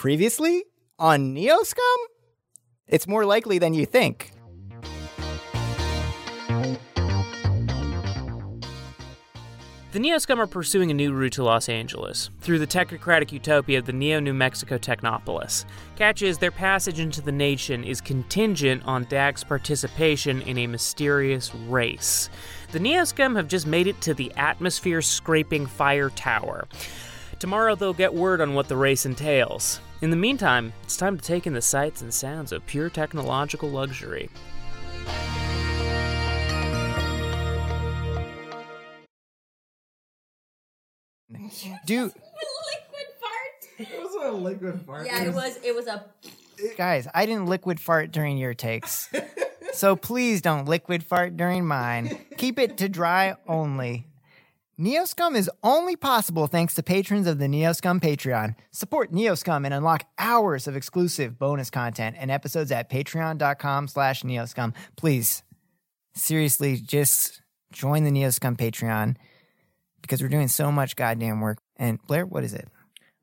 Previously on Neoscum? It's more likely than you think. The Neoscum are pursuing a new route to Los Angeles, through the technocratic utopia of the Neo New Mexico Technopolis. Catch is their passage into the nation is contingent on Dag's participation in a mysterious race. The Neoscum have just made it to the atmosphere scraping fire tower. Tomorrow they'll get word on what the race entails. In the meantime, it's time to take in the sights and sounds of pure technological luxury. Do liquid fart. It was a liquid fart. Yeah, it was. It was a. guys, I didn't liquid fart during your takes. so please don't liquid fart during mine. Keep it to dry only. Neoscum is only possible thanks to patrons of the Neoscum Patreon. Support Neoscum and unlock hours of exclusive bonus content and episodes at patreon.com slash neoscum. Please, seriously, just join the Neoscum Patreon because we're doing so much goddamn work. And Blair, what is it?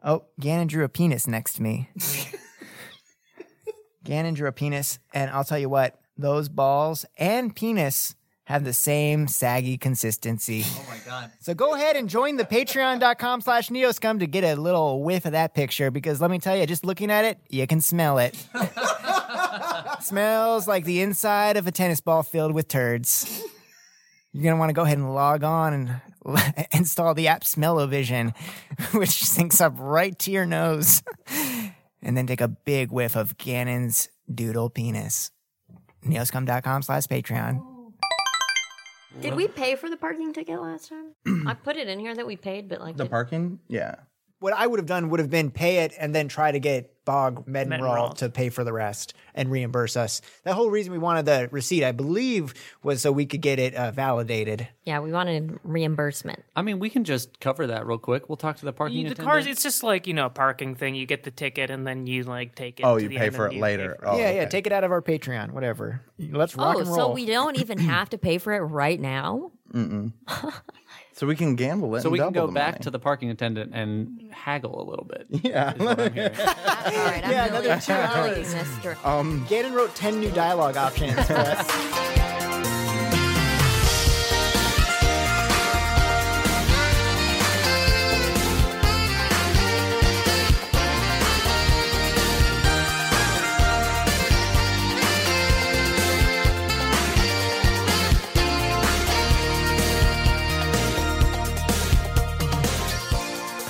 Oh, Gannon drew a penis next to me. Gannon drew a penis, and I'll tell you what, those balls and penis have the same saggy consistency. Oh my god. So go ahead and join the patreon.com slash neoscum to get a little whiff of that picture because let me tell you, just looking at it, you can smell it. Smells like the inside of a tennis ball filled with turds. You're going to want to go ahead and log on and l- install the app Smell-O-Vision, which syncs up right to your nose. And then take a big whiff of Gannon's doodle penis. Neoscum.com slash Patreon. Did we pay for the parking ticket last time? I put it in here that we paid, but like The it- parking? Yeah. what I would have done would have been pay it and then try to get Bog Medenrawl Medenraal. to pay for the rest and reimburse us. The whole reason we wanted the receipt, I believe, was so we could get it uh, validated. yeah, we wanted reimbursement. I mean, we can just cover that real quick. We'll talk to the parking the attendant. cars, it's just like, you know, a parking thing. You get the ticket and then you, like, take it. Oh, to you the pay end for and it you pay later. for Oh, yeah, yeah. okay. Take it out of our Patreon, whatever. Let's rock Oh, and roll. so we don't even have to pay for it right now. So we can gamble it. So and we can double go the back money. to the parking attendant and haggle a little bit. Yeah. All right, I'm Yeah, really another two I'm really hours. getting this through. Mm. Gannon wrote 10 new dialogue options for us.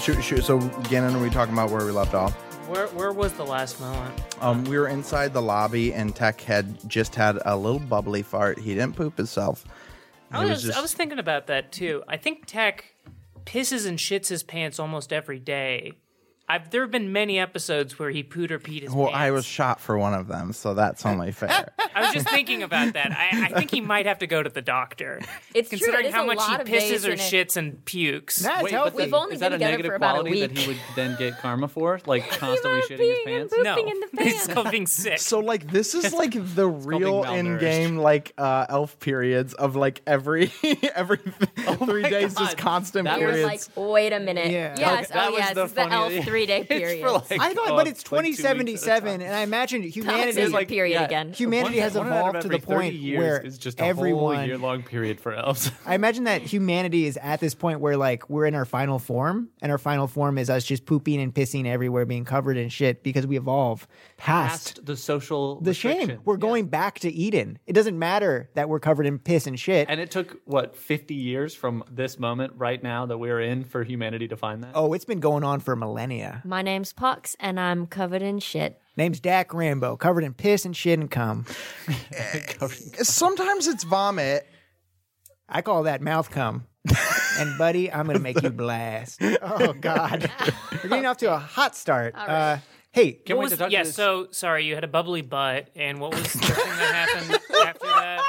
shoot, shoot. So Gannon, are we talking about where we left off? Where, where was the last moment? Um, we were inside the lobby, and Tech had just had a little bubbly fart. He didn't poop himself. I It was, was just- I was thinking about that too. I think Tech pisses and shits his pants almost every day. I've there have been many episodes where he pooed or peed his Well, pants. I was shot for one of them, so that's only fair. I was just thinking about that. I, I think he might have to go to the doctor. It's true, considering it is how a much he lot of days pisses or in it. shits and pukes. That's Wait, but healthy. that, We've only is that been a together negative for about a quality that he would then get karma for? Like constantly about shitting his peeing and pants? no, pooping in the he's pants. still being sick. So like this is like the called real being in game like uh, elf periods of like every every th- three Oh my days just God. constant That You're periods. like, wait a minute. Yeah. Yes, That oh was yes, the it's the elf funny- three day period. It's for like, I thought, uh, but it's like two weeks at a time. 2077, and I imagine humanity Humanity, is like. period again. Humanity One- has one out of evolved to every the point 30 years where is just a everyone whole year long period for elves. I imagine that humanity is at this point where like we're in our final form, and our final form is us just pooping and pissing everywhere, being covered in shit because we evolve past, Past the social the shame. restrictions. We're going back to Eden. It doesn't matter that we're covered in piss and shit. And it took what 50 years from this moment right now that we're in for humanity to find that. oh, it's been going on for millennia. My name's Pucks, and I'm covered in shit. Name's Dak Rambo, covered in piss and shit and cum. Sometimes it's vomit. I call that mouth cum. and buddy, I'm gonna make you blast. Oh God, we're getting off to a hot start. Uh, hey, What Can't wait was- to talk to yeah, this- so sorry, you had a bubbly butt, and what was the thing that happened after that?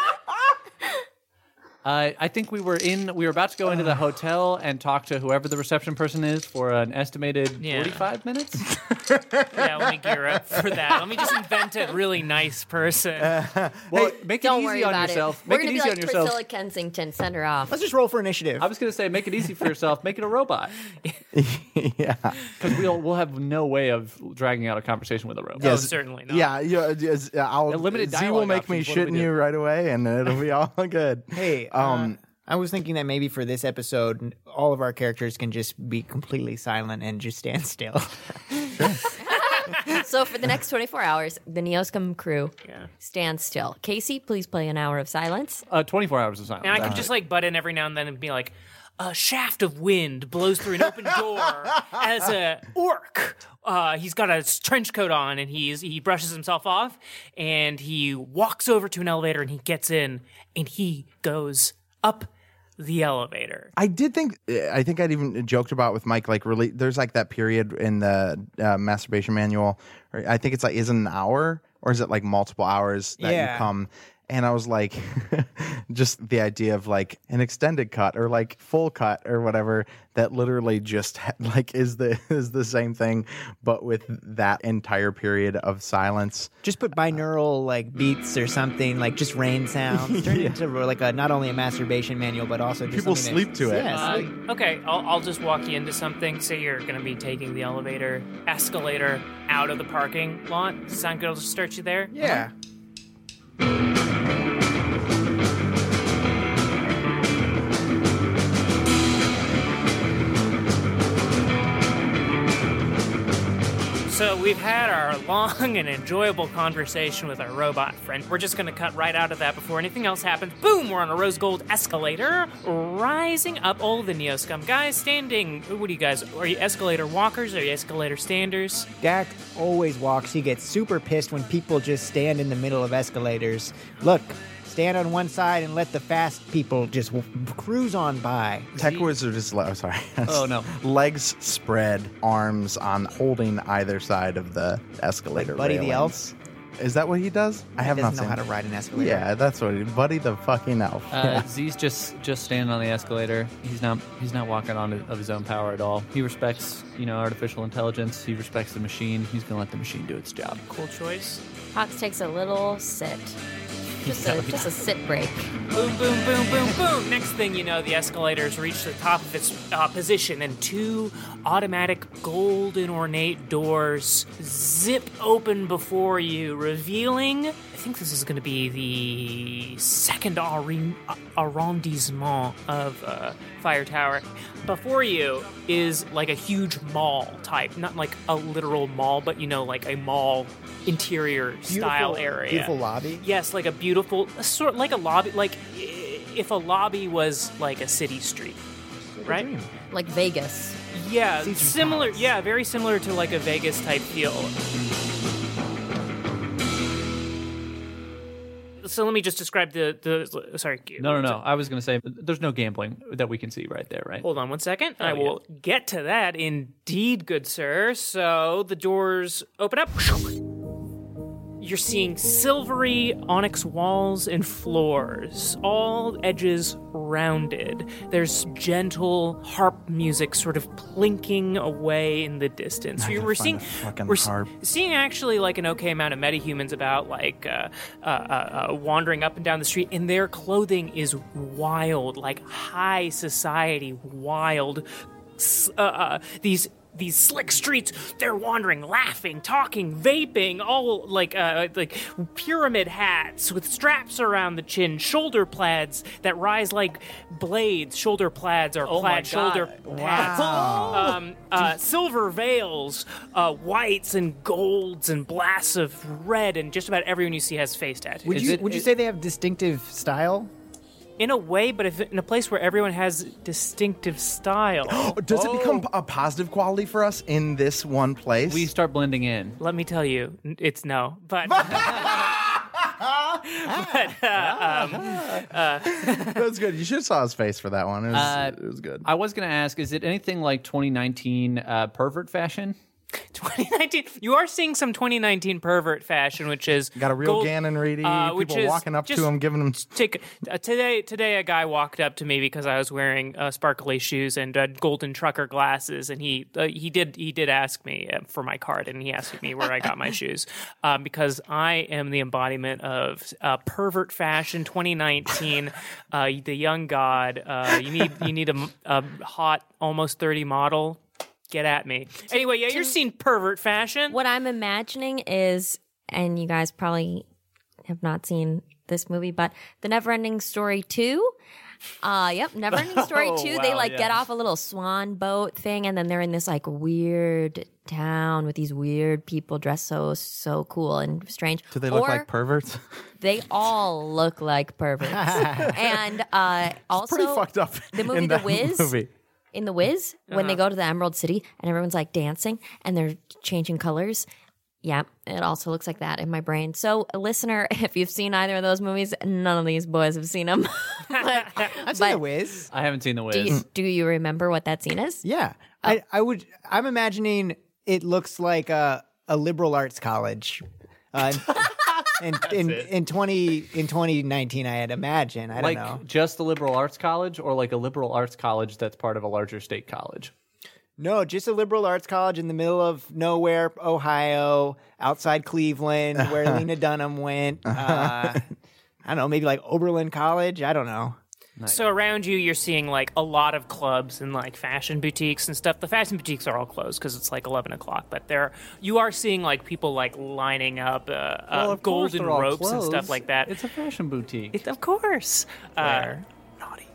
Uh, I think we were in. We were about to go into the hotel and talk to whoever the reception person is for an estimated Yeah. forty-five minutes. Yeah, let me gear up for that. Let me just invent a really nice person. Well, make it Don't easy worry on about yourself. it. We're Make it gonna easy be on like yourself. Priscilla Kensington. Send her off. Let's just roll for initiative. I was gonna say, make it easy for yourself. Make it a robot, yeah. because we'll we'll have no way of dragging out a conversation with a robot. Oh, certainly not. Yeah, uh, yeah, yes, I'll, A limited Z will dialogue make me options, what do we shitting do? you right away, and it'll be all good. Hey, um, I was thinking that maybe for this episode, n- all of our characters can just be completely silent and just stand still. So for the next 24 hours, the Neoscum crew Yeah. stand still. Casey, please play an hour of silence. Uh, Twenty-four hours of silence. And I could just like butt in every now and then and be like, a shaft of wind blows through an open door as a orc. Uh, he's got a s- trench coat on and he's he brushes himself off and he walks over to an elevator and he gets in and he goes up the elevator. I did think eh, I think I'd even joked about with Mike like really there's like that period in the uh, masturbation manual. Or I think it's like is it an hour or is it like multiple hours that Yeah. you come? And I was like, just the idea of like an extended cut or like full cut or whatever that literally just ha- like is the is the same thing, but with that entire period of silence. just put binaural like beats or something, like just rain sounds. Turn it into like a not only a masturbation manual but also just People something that- sleep to it. Yeah, Uh, sleep. okay, I'll, I'll just walk you into something. Say you're going to be taking the elevator, escalator out of the parking lot. Does it Sound good? I'll just start you there. yeah. So we've had our long and enjoyable conversation with our robot friend. We're just going to cut right out of that before anything else happens. Boom! We're on a rose gold escalator, rising up all the neoscum guys standing. What are you guys? Are you escalator walkers? Are you escalator standers? Dak always walks. He gets super pissed when people just stand in the middle of escalators. Look, stand on one side and let the fast people just w- cruise on by. Tech Wizard is le- oh, sorry. Oh, no. Legs spread, arms on holding either side of the escalator. Buddy the railings. Is that what he does? I have He not doesn't seen. know how to it. ride an escalator. Yeah, that's what he, Buddy the fucking elf. Uh, Z's just just standing on the escalator. He's not he's not walking on of his own power at all. He respects you know artificial intelligence. He respects the machine. He's gonna let the machine do its job. Cool choice. Fox takes a little sit. Just a, just a sit break. Boom, boom, boom, boom, boom. Next thing you know, the escalator's reached the top of its uh, position, and two automatic golden ornate doors zip open before you, revealing. I think this is going to be the second arri- uh, arrondissement of uh, Fire Tower. Before you is like a huge mall type, not like a literal mall, but you know, like a mall interior style area. Beautiful lobby. Yes, like a beautiful sort, like a lobby, like i- if a lobby was like a city street, right? Like Vegas. Yeah, Caesar's similar. Palace. Yeah, very similar to like a Vegas type feel. So let me just describe the the. Sorry. No, no, no. I was gonna say there's no gambling that we can see right there, right? Hold on one second. Oh, I will get to that indeed, good sir. So the doors open up. You're seeing silvery onyx walls and floors, all edges rounded. There's gentle harp music sort of plinking away in the distance. We- we're seeing fucking we're s- harp. seeing actually like an okay amount of metahumans about like uh, uh, uh, uh, wandering up and down the street, and their clothing is wild, like high society wild. S- uh, uh, these these slick streets, they're wandering, laughing, talking, vaping, all like uh, like pyramid hats with straps around the chin, shoulder plaids that rise like blades. Shoulder plaids are plaid shoulder pads. Um, uh, silver veils, uh, whites and golds and blasts of red, and just about everyone you see has face tattoos. Would Is you it- would you it- say they have distinctive style? in a way, but if in a place where everyone has distinctive style. Does it become a positive quality for us in this one place? We start blending in. Let me tell you, n- it's no, but. but uh, um, that was good. You should have saw his face for that one. It was, it was good. I was gonna ask, is it anything like 2019 uh, pervert fashion? 2019. You are seeing some 2019 pervert fashion, which is Got a real gold- Gannon Reedy. uh, which people is walking up just- to him, giving him. Take, uh, today, today, a guy walked up to me because I was wearing uh, sparkly shoes and uh, golden trucker glasses, and he uh, he did he did ask me uh, for my card, and he asked me where I got my shoes um, because I am the embodiment of uh, pervert fashion 2019, uh, the young god. Uh, you need you need a, m- a hot almost 30 model. Get at me. Anyway, yeah, you're seeing pervert fashion. What I'm imagining is, and you guys probably have not seen this movie, but The Neverending Story 2. Uh, yep, Neverending Story 2. they Oh, wow, like yeah. get off a little swan boat thing, and then they're in this like weird town with these weird people dressed so, so cool and strange. Do they look Or like perverts? They all look like perverts. and uh, also, Pretty fucked up. the movie in The that Wiz? Movie. in the Wiz when Uh-huh. they go to the Emerald City and everyone's like dancing and they're changing colors. Yeah, it also looks like that in my brain. So, listener, if you've seen either of those movies, none of these boys have seen them. I've seen But- The Wiz. I haven't seen The Wiz. do, Mm, you, do you remember what that scene is? Yeah, I, I would. I'm imagining it looks like a, a liberal arts college. Uh, in in, in, twenty in 2019, I had imagined. I don't like know. just a liberal arts college or like a liberal arts college that's part of a larger state college? No, just a liberal arts college in the middle of nowhere, Ohio, outside Cleveland, where Lena Dunham went. Uh, I don't know, maybe like Oberlin College. I don't know. So around you, you're seeing like a lot of clubs and like fashion boutiques and stuff. The fashion boutiques are all closed because it's like eleven o'clock. But there, you are seeing like people like lining up uh, uh, of course golden they're all ropes and closed. stuff like that. It's a fashion boutique. It- of course, uh, naughty.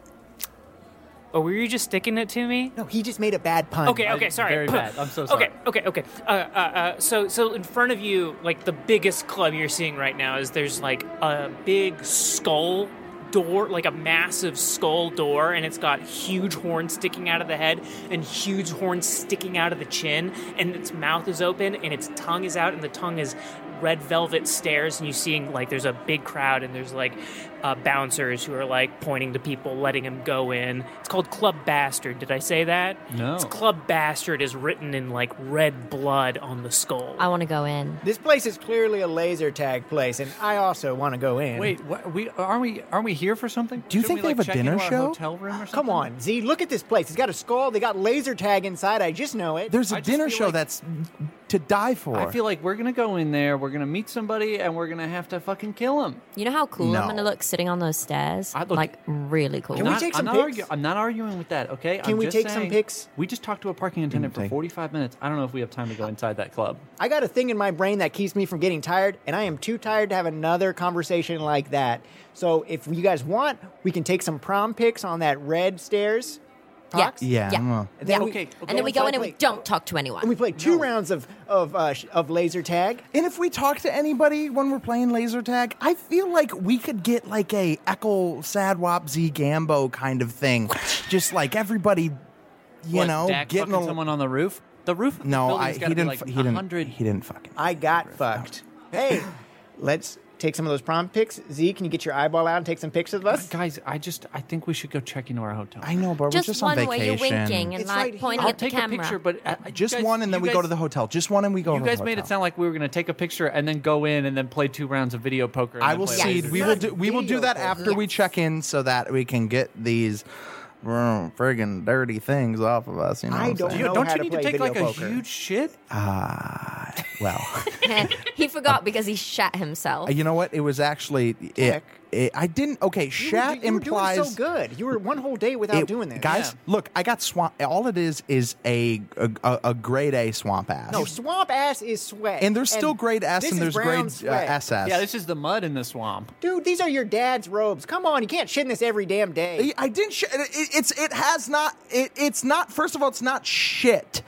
Oh, were you just sticking it to me? No, he just made a bad pun. Okay, okay, sorry. very bad. I'm so sorry. Okay, okay, okay. Uh, uh, uh, so, so in front of you, like the biggest club you're seeing right now is there's like a big skull door, like a massive skull door, and it's got huge horns sticking out of the head and huge horns sticking out of the chin, and its mouth is open and its tongue is out, and the tongue is red velvet stairs and you seeing like there's a big crowd and there's like uh, bouncers who are like pointing to people letting them go in it's called club bastard did i say that No. it's club bastard is written in like red blood on the skull I want to go in. This place is clearly a laser tag place, and I also want to go in. Wait, what, we aren't we aren't we here for something? Do you think we, they like, have a check into dinner our show? Hotel room or Come something? on, Z, look at this place. It's got a skull. They got laser tag inside. I just know it. There's a I just dinner feel show like- that's to die for. I feel like we're gonna go in there. We're gonna meet somebody, and we're gonna have to fucking kill him. You know how cool I'm No. going to look sitting on those stairs? I'd look- like, really cool. we Not- take I'm some not pics? I'm not arguing with that. Okay. Can we take some pics? We just talked to a Mm, parking attendant for take- 45 minutes. I don't know if we have time to Uh, go inside that club. I got a thing in my brain that keeps me from getting tired, and I am too tired to have another conversation like that. So if you guys want, we can take some prom pics on that red stairs. Yeah. Talks. Yeah, I'm a- And then Yeah. we- Okay, and then we go in and we play- don't talk to And anyone. we play two rounds of of uh, sh- of laser tag. And if we talk to anybody when we're playing laser tag, I feel like we could get like a Echo Sadwap Z Gambo kind of thing. Just like everybody, you What, know, Dak getting fucking a, someone on the roof. The roof. Of No, the I, he gotta didn't. Be fu- like he didn't. 100 He didn't fucking. I got fucked. Hey, let's take some of those prom pics. Z, can you get your eyeball out and take some pics of us? Guys, I just I think we should go check into our hotel. I know, but just, we're just one on way you're vacation. winking and It's not right here. pointing I'll at the take camera. a picture, but uh, you Just guys- one, and then you we go guys- to the hotel. Just one, and we go. You over to guys the made it hotel. sound like we were going to take a picture and then go in and then play two rounds of video poker. and I then will play see. laser We tag. will do. We will do Video that poker. after we check in, so that we can get these mm, friggin' dirty things off of us. You know, I what I'm don't saying? know. don't how you to need to play take video like poker. a huge shit? Ah, well. he forgot because he shat himself. Uh, You know what? It was actually it, it- I didn't. Okay, You were do- shat you were implies. doing so good. You were one whole day without it- doing this, guys. Look, I got swamp. All it is is a a, a, a grade A swamp ass. No, swamp ass is sweat. and there's still grade S this and is there's brown grade uh, sweat. SS. Yeah, this is the mud in the swamp. Dude, these are your dad's robes. Come on, you can't shit in this every damn day. I didn't. Sh- it, it's it has not. It, it's not. First of all, it's not shit.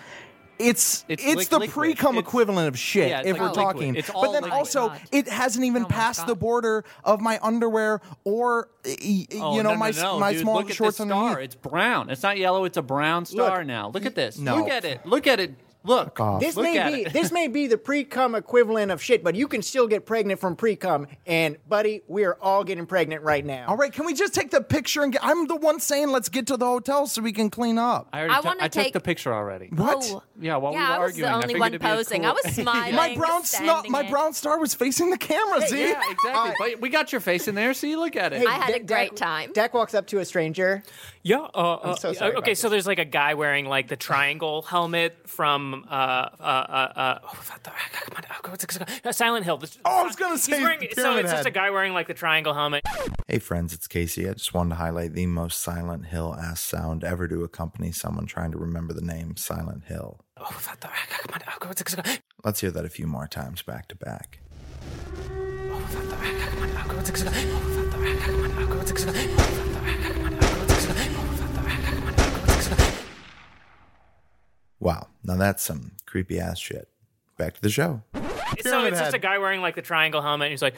It's it's, It's lick- the liquid. pre-cum It's- equivalent of shit. yeah, it's if like we're liquid. talking, It's but all then liquid. also God. it hasn't even Oh my passed the God. border of my underwear or y- y- Oh, you know no, no, my no, my dude, small look shorts at this star. underneath. It's brown. It's not yellow. It's a brown star now. Look at this. no. Look at it. Look at it. Look, off. this Look at may be it. this may be the pre-cum equivalent of shit, but you can still get pregnant from pre-cum. And buddy, we are all getting pregnant right now. All right, can we just take the picture and get? I'm the one saying let's get to the hotel so we can clean up. I already I took- wanna I took take- the picture already. What? Oh. Yeah, while we yeah, were I was arguing, I the only figured one it'd be a posing. cool- I was smiling. my brown snot, sending my it. brown star was facing the camera. See, Yeah, exactly. But we got your face in there, so you look at it. Hey, I had Dak- a great Dak- time. Dak walks up to a stranger. Yeah. Uh, uh, so sorry about okay, so there's like a guy wearing like the triangle helmet from uh uh uh, uh oh, what the- come on, oh, what's it called? Uh, Silent Hill. This- Oh, I was gonna he's say wearing- so Pyramid it's just Head. a guy wearing like the triangle helmet. Oh, Hey friends, it's Casey. I just wanted to highlight the most Silent Hill ass sound ever to accompany someone trying to remember the name Silent Hill. Oh, what the- come on, what's it called? Let's hear that a few more times back to back. Wow, now that's some creepy ass shit. Back to the show. so Pyramid it's just Head. a guy wearing like the triangle helmet. And he's like,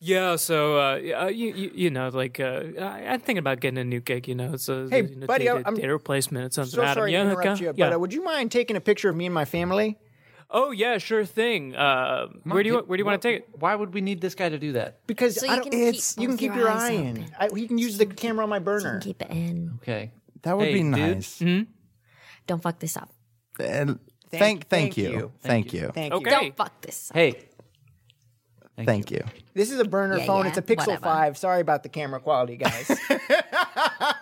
yeah. So uh, yeah, uh, you, you you know like uh, I, I'm thinking about getting a new gig. You know, so Hey, you know, buddy, data, I'm- data replacement. It's something. So Adam, sorry yeah, to interrupt okay, you, yeah. but uh, would you mind taking a picture of me and my family? oh yeah, sure thing. Uh, where do you where do you want to take it? Why would we need this guy to do that? Because So I you don't, can keep it's you can both keep your your eyes eye in. I, you can use the camera on my burner. Keep it in. Okay. That would Hey, be dude. nice. Don't fuck this up. And thank, thank, thank you. you. Thank you. Thank Okay. you. Don't fuck this up. Hey. Thank you. This is a burner Yeah, phone. yeah, It's a Pixel whatever. Five. Sorry about the camera quality, guys.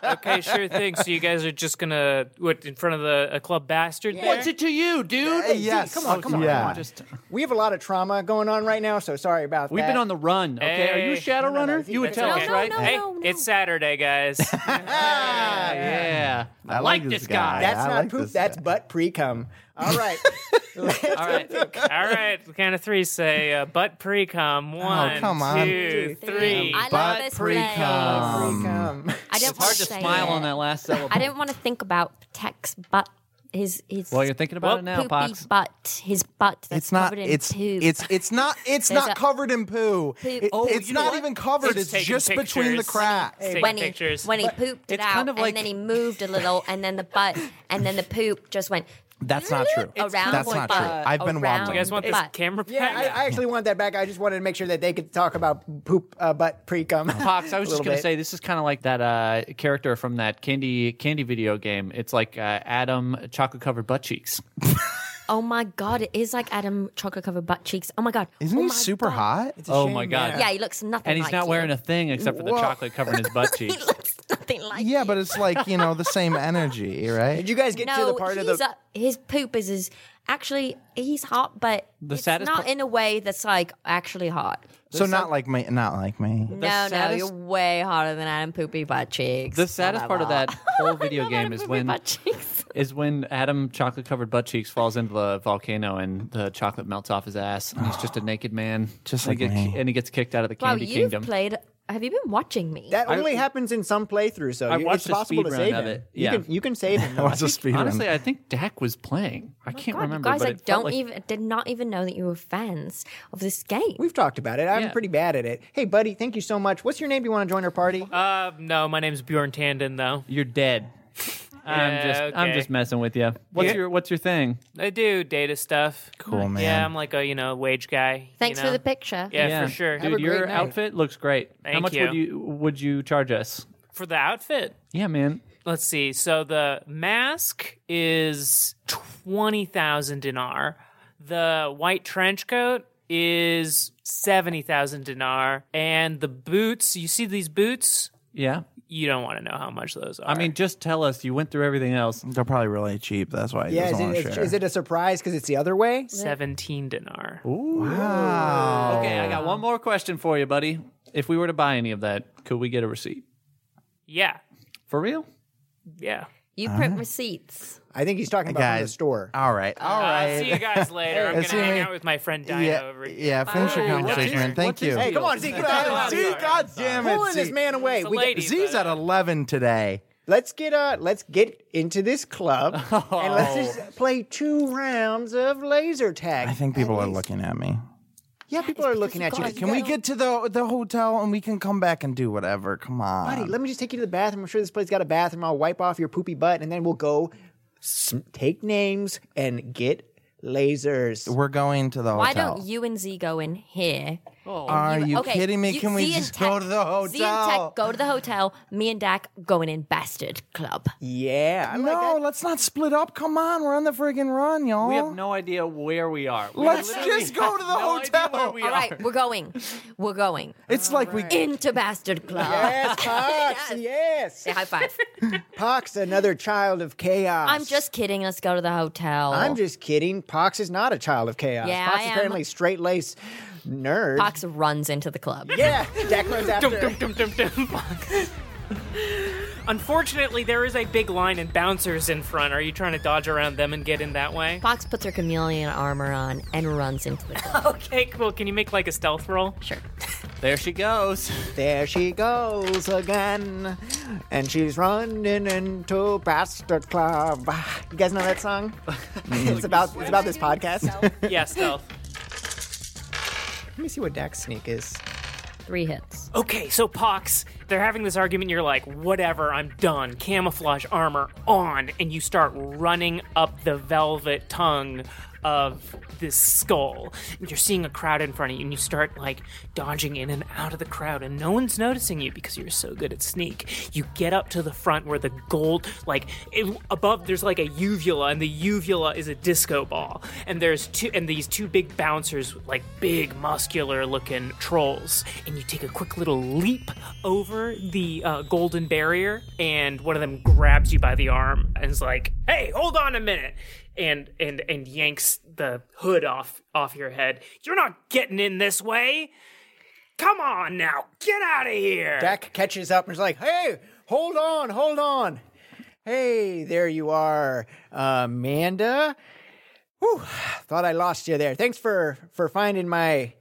Okay, sure thing. So you guys are just gonna what in front of the a club bastard? there? What's it to you, dude? Hey, yes. Come on, come on. Yeah. come on, Just, we have a lot of trauma going on right now, so sorry about we've that. been on the run. Okay. Are you a Hey. shadow No, no, no, runner? it's- You would it's tell okay. us, No, right? no, Hey, hey. no. it's Saturday, guys. Yeah. I like this guy. That's I not like poop. this That's guy. butt pre cum. All right. Let's- All right. All right, count of three. Say uh, butt pre cum. One, come on. two, Three. three. I love But this pre-cum. place. I Pre-cum. didn't It's hard to smile on that last syllable. I didn't want to think about Tex, but his his Well, you're thinking about Well, it poopy now, Pox. butt. His butt. That's It's not. Covered in It's poop. it's it's not. It's There's not a- covered in poo. It- Oh, it's you know not what? even covered. It's, taking just between the pictures. cracks. It's taking when pictures. he when he pooped it it's out, kind of like- and then he moved a little, and then the butt, and then the poop just went. That's not true. Around It's kind of the like, butt, uh, I've been around watching. you guys want the this butt. camera? Yeah, back? I, I actually want that back. I just wanted to make sure that they could talk about poop uh, butt pre cum. Pox, I was just little going bit. to say this is kind of like that uh, character from that candy candy video game. It's like uh, Adam chocolate covered butt cheeks. Oh my god, it is like Adam chocolate covered butt cheeks. Oh my god, Isn't oh he my super God. hot? Oh my god. Yeah, he looks nothing. And he's like not you. wearing a thing except for the Whoa. chocolate covering his butt He cheeks. looks nothing like. Yeah, you. but it's like you know the same energy, right? Did you guys get no, to the part of the? he's a- his poop is his. Actually, he's hot, but The it's saddest not part- in a way that's like actually hot. so not like me. Not like me. no, saddest- no, you're way hotter than Adam Poopy Butt Cheeks. The saddest part of that whole video Adam game is Poopy when Butt Cheeks. is when Adam chocolate covered butt cheeks falls into the volcano and the chocolate melts off his ass and he's just a naked man. Just and he like get- me. and he gets kicked out of the Wow, candy you've kingdom. played. Have you been watching me? that only happens in some playthroughs, so I you, watched it's a possible to speedrun save of him. it. Yeah. You can you can save him. That was a speed run. Honestly, I think Dak was playing. I can't Oh God, you remember. guys, but I it felt don't like- even did not even know that you were fans of this game. We've talked about it. I'm Yeah. pretty bad at it. Hey, buddy, thank you so much. What's your name? Do you want to join our party? Uh, no, my name's Bjorn Tanden, though. You're dead. I'm Yeah, just I'm okay. just messing with you. What's Yeah. your what's your thing? I do data stuff. Cool, man. Yeah, I'm like a you know wage guy. you Thanks know? for the picture. Yeah, Yeah. for sure. Dude, a great your night. outfit looks great. How Thank much you. would you would you charge us? for the outfit. Yeah, man. Let's see. So the mask is twenty thousand dinar. The white trench coat is seventy thousand dinar, and the boots. You see these boots? Yeah. You don't want to know how much those are. I mean, just tell us. You went through everything else. They're probably really cheap. That's why he yeah, is doesn't want it, to is, share. is it a surprise because it's the other way? seventeen dinar. wow. Okay, I got one more question for you, buddy. If we were to buy any of that, could we get a receipt? Yeah, For real? yeah. You print receipts. I think he's talking about from the Guys, store. all right, Ah, all I'll see you right. guys later. I'm It's gonna hang me. out with my friend Dino Yeah, over here. yeah. Finish your Hey, what's conversation, his- man. Thank what's his you. deal? Hey, come on, Zeke, get out of Zeke, here. Sorry. God damn it, Pulling this Zeke. man away. a We- lady. Z's at but- eleven today. let's get uh, let's get into this club and let's just play two rounds of laser tag. Oh. I think people are looking at me. Yeah, people are looking at you. guys Can we get to the the hotel and we can come back and do whatever? Come on. Buddy, let me just take you to the bathroom. I'm sure this place got a bathroom. I'll wipe off your poopy butt, and then we'll go s- take names and get lasers. We're going to the Why hotel. don't you and Z go in here? Are you okay, kidding me? Can we Z and just Tech- go to the hotel? Z and Tech go to the hotel. Me and Dak going in Bastard Club. Yeah, I'm like, no, that- let's not split up. Come on, we're on the friggin' run, y'all. We have no idea where we are. We Let's literally just go have to the no idea hotel. where we All are. right, we're going. We're going it's like we into Bastard Club. yes, Pox, yes. Say high five. Pox, another child of chaos. I'm just kidding. Let's go to the hotel. I'm just kidding. Pox is not a child of chaos. Yeah, Pox I is am. apparently straight laced nerd. Fox runs into the club. Yeah, Dak runs Dum, after. dum, dum, dum, dum, Fox. Unfortunately, there is a big line and bouncers in front. Are you trying to dodge around them and get in that way? Fox puts her chameleon armor on and runs into the club. Okay, cool. Can you make like a stealth roll? Sure. There she goes. There she goes again. And she's running into Bastard Club. You guys know that song? it's about it's about this podcast. Let Yeah, stealth. me see what Dak's sneak is. Three hits. Okay, so Pox, they're having this argument. You're like, whatever, I'm done. Camouflage armor on. And you start running up the velvet tongue of this skull. And you're seeing a crowd in front of you, and you start like dodging in and out of the crowd, and no one's noticing you because you're so good at sneak. You get up to the front where the gold, like it, above, there's like a uvula, and the uvula is a disco ball. And there's two, and these two big bouncers, with, like big, muscular looking trolls. And you take a quick little leap over the uh, golden barrier, and one of them grabs you by the arm and is like, hey, hold on a minute. And, and and yanks the hood off off your head. You're not getting in this way. Come on now, get out of here. Dak catches up and is like, hey, hold on, hold on. Hey, there you are, Amanda. Whew, thought I lost you there. Thanks for for finding my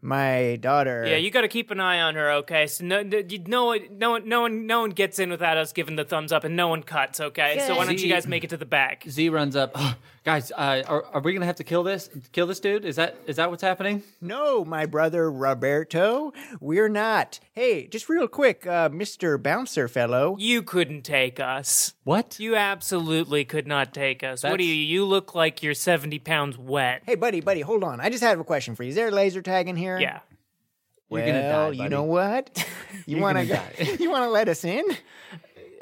my daughter. Yeah, you got to keep an eye on her, okay? So no, no, you- no, one- no, one- no one, no one gets in without us giving the thumbs up, and no one cuts, okay? So why don't you Good. guys make it to the back? Z runs up. "Oh, guys, uh, are, are we gonna have to kill this? Kill this dude? Is that is that what's happening? No, my brother Roberto, we're not. Hey, just real quick, uh, Mr. Bouncer fellow. You couldn't take us. What? You absolutely could not take us. What do you? You look like you're seventy pounds wet. Hey, buddy, buddy, hold on. I just have a question for you. Is there a laser tag in here? Yeah. Well, gonna die, you buddy. know what? You want to you want to let us in?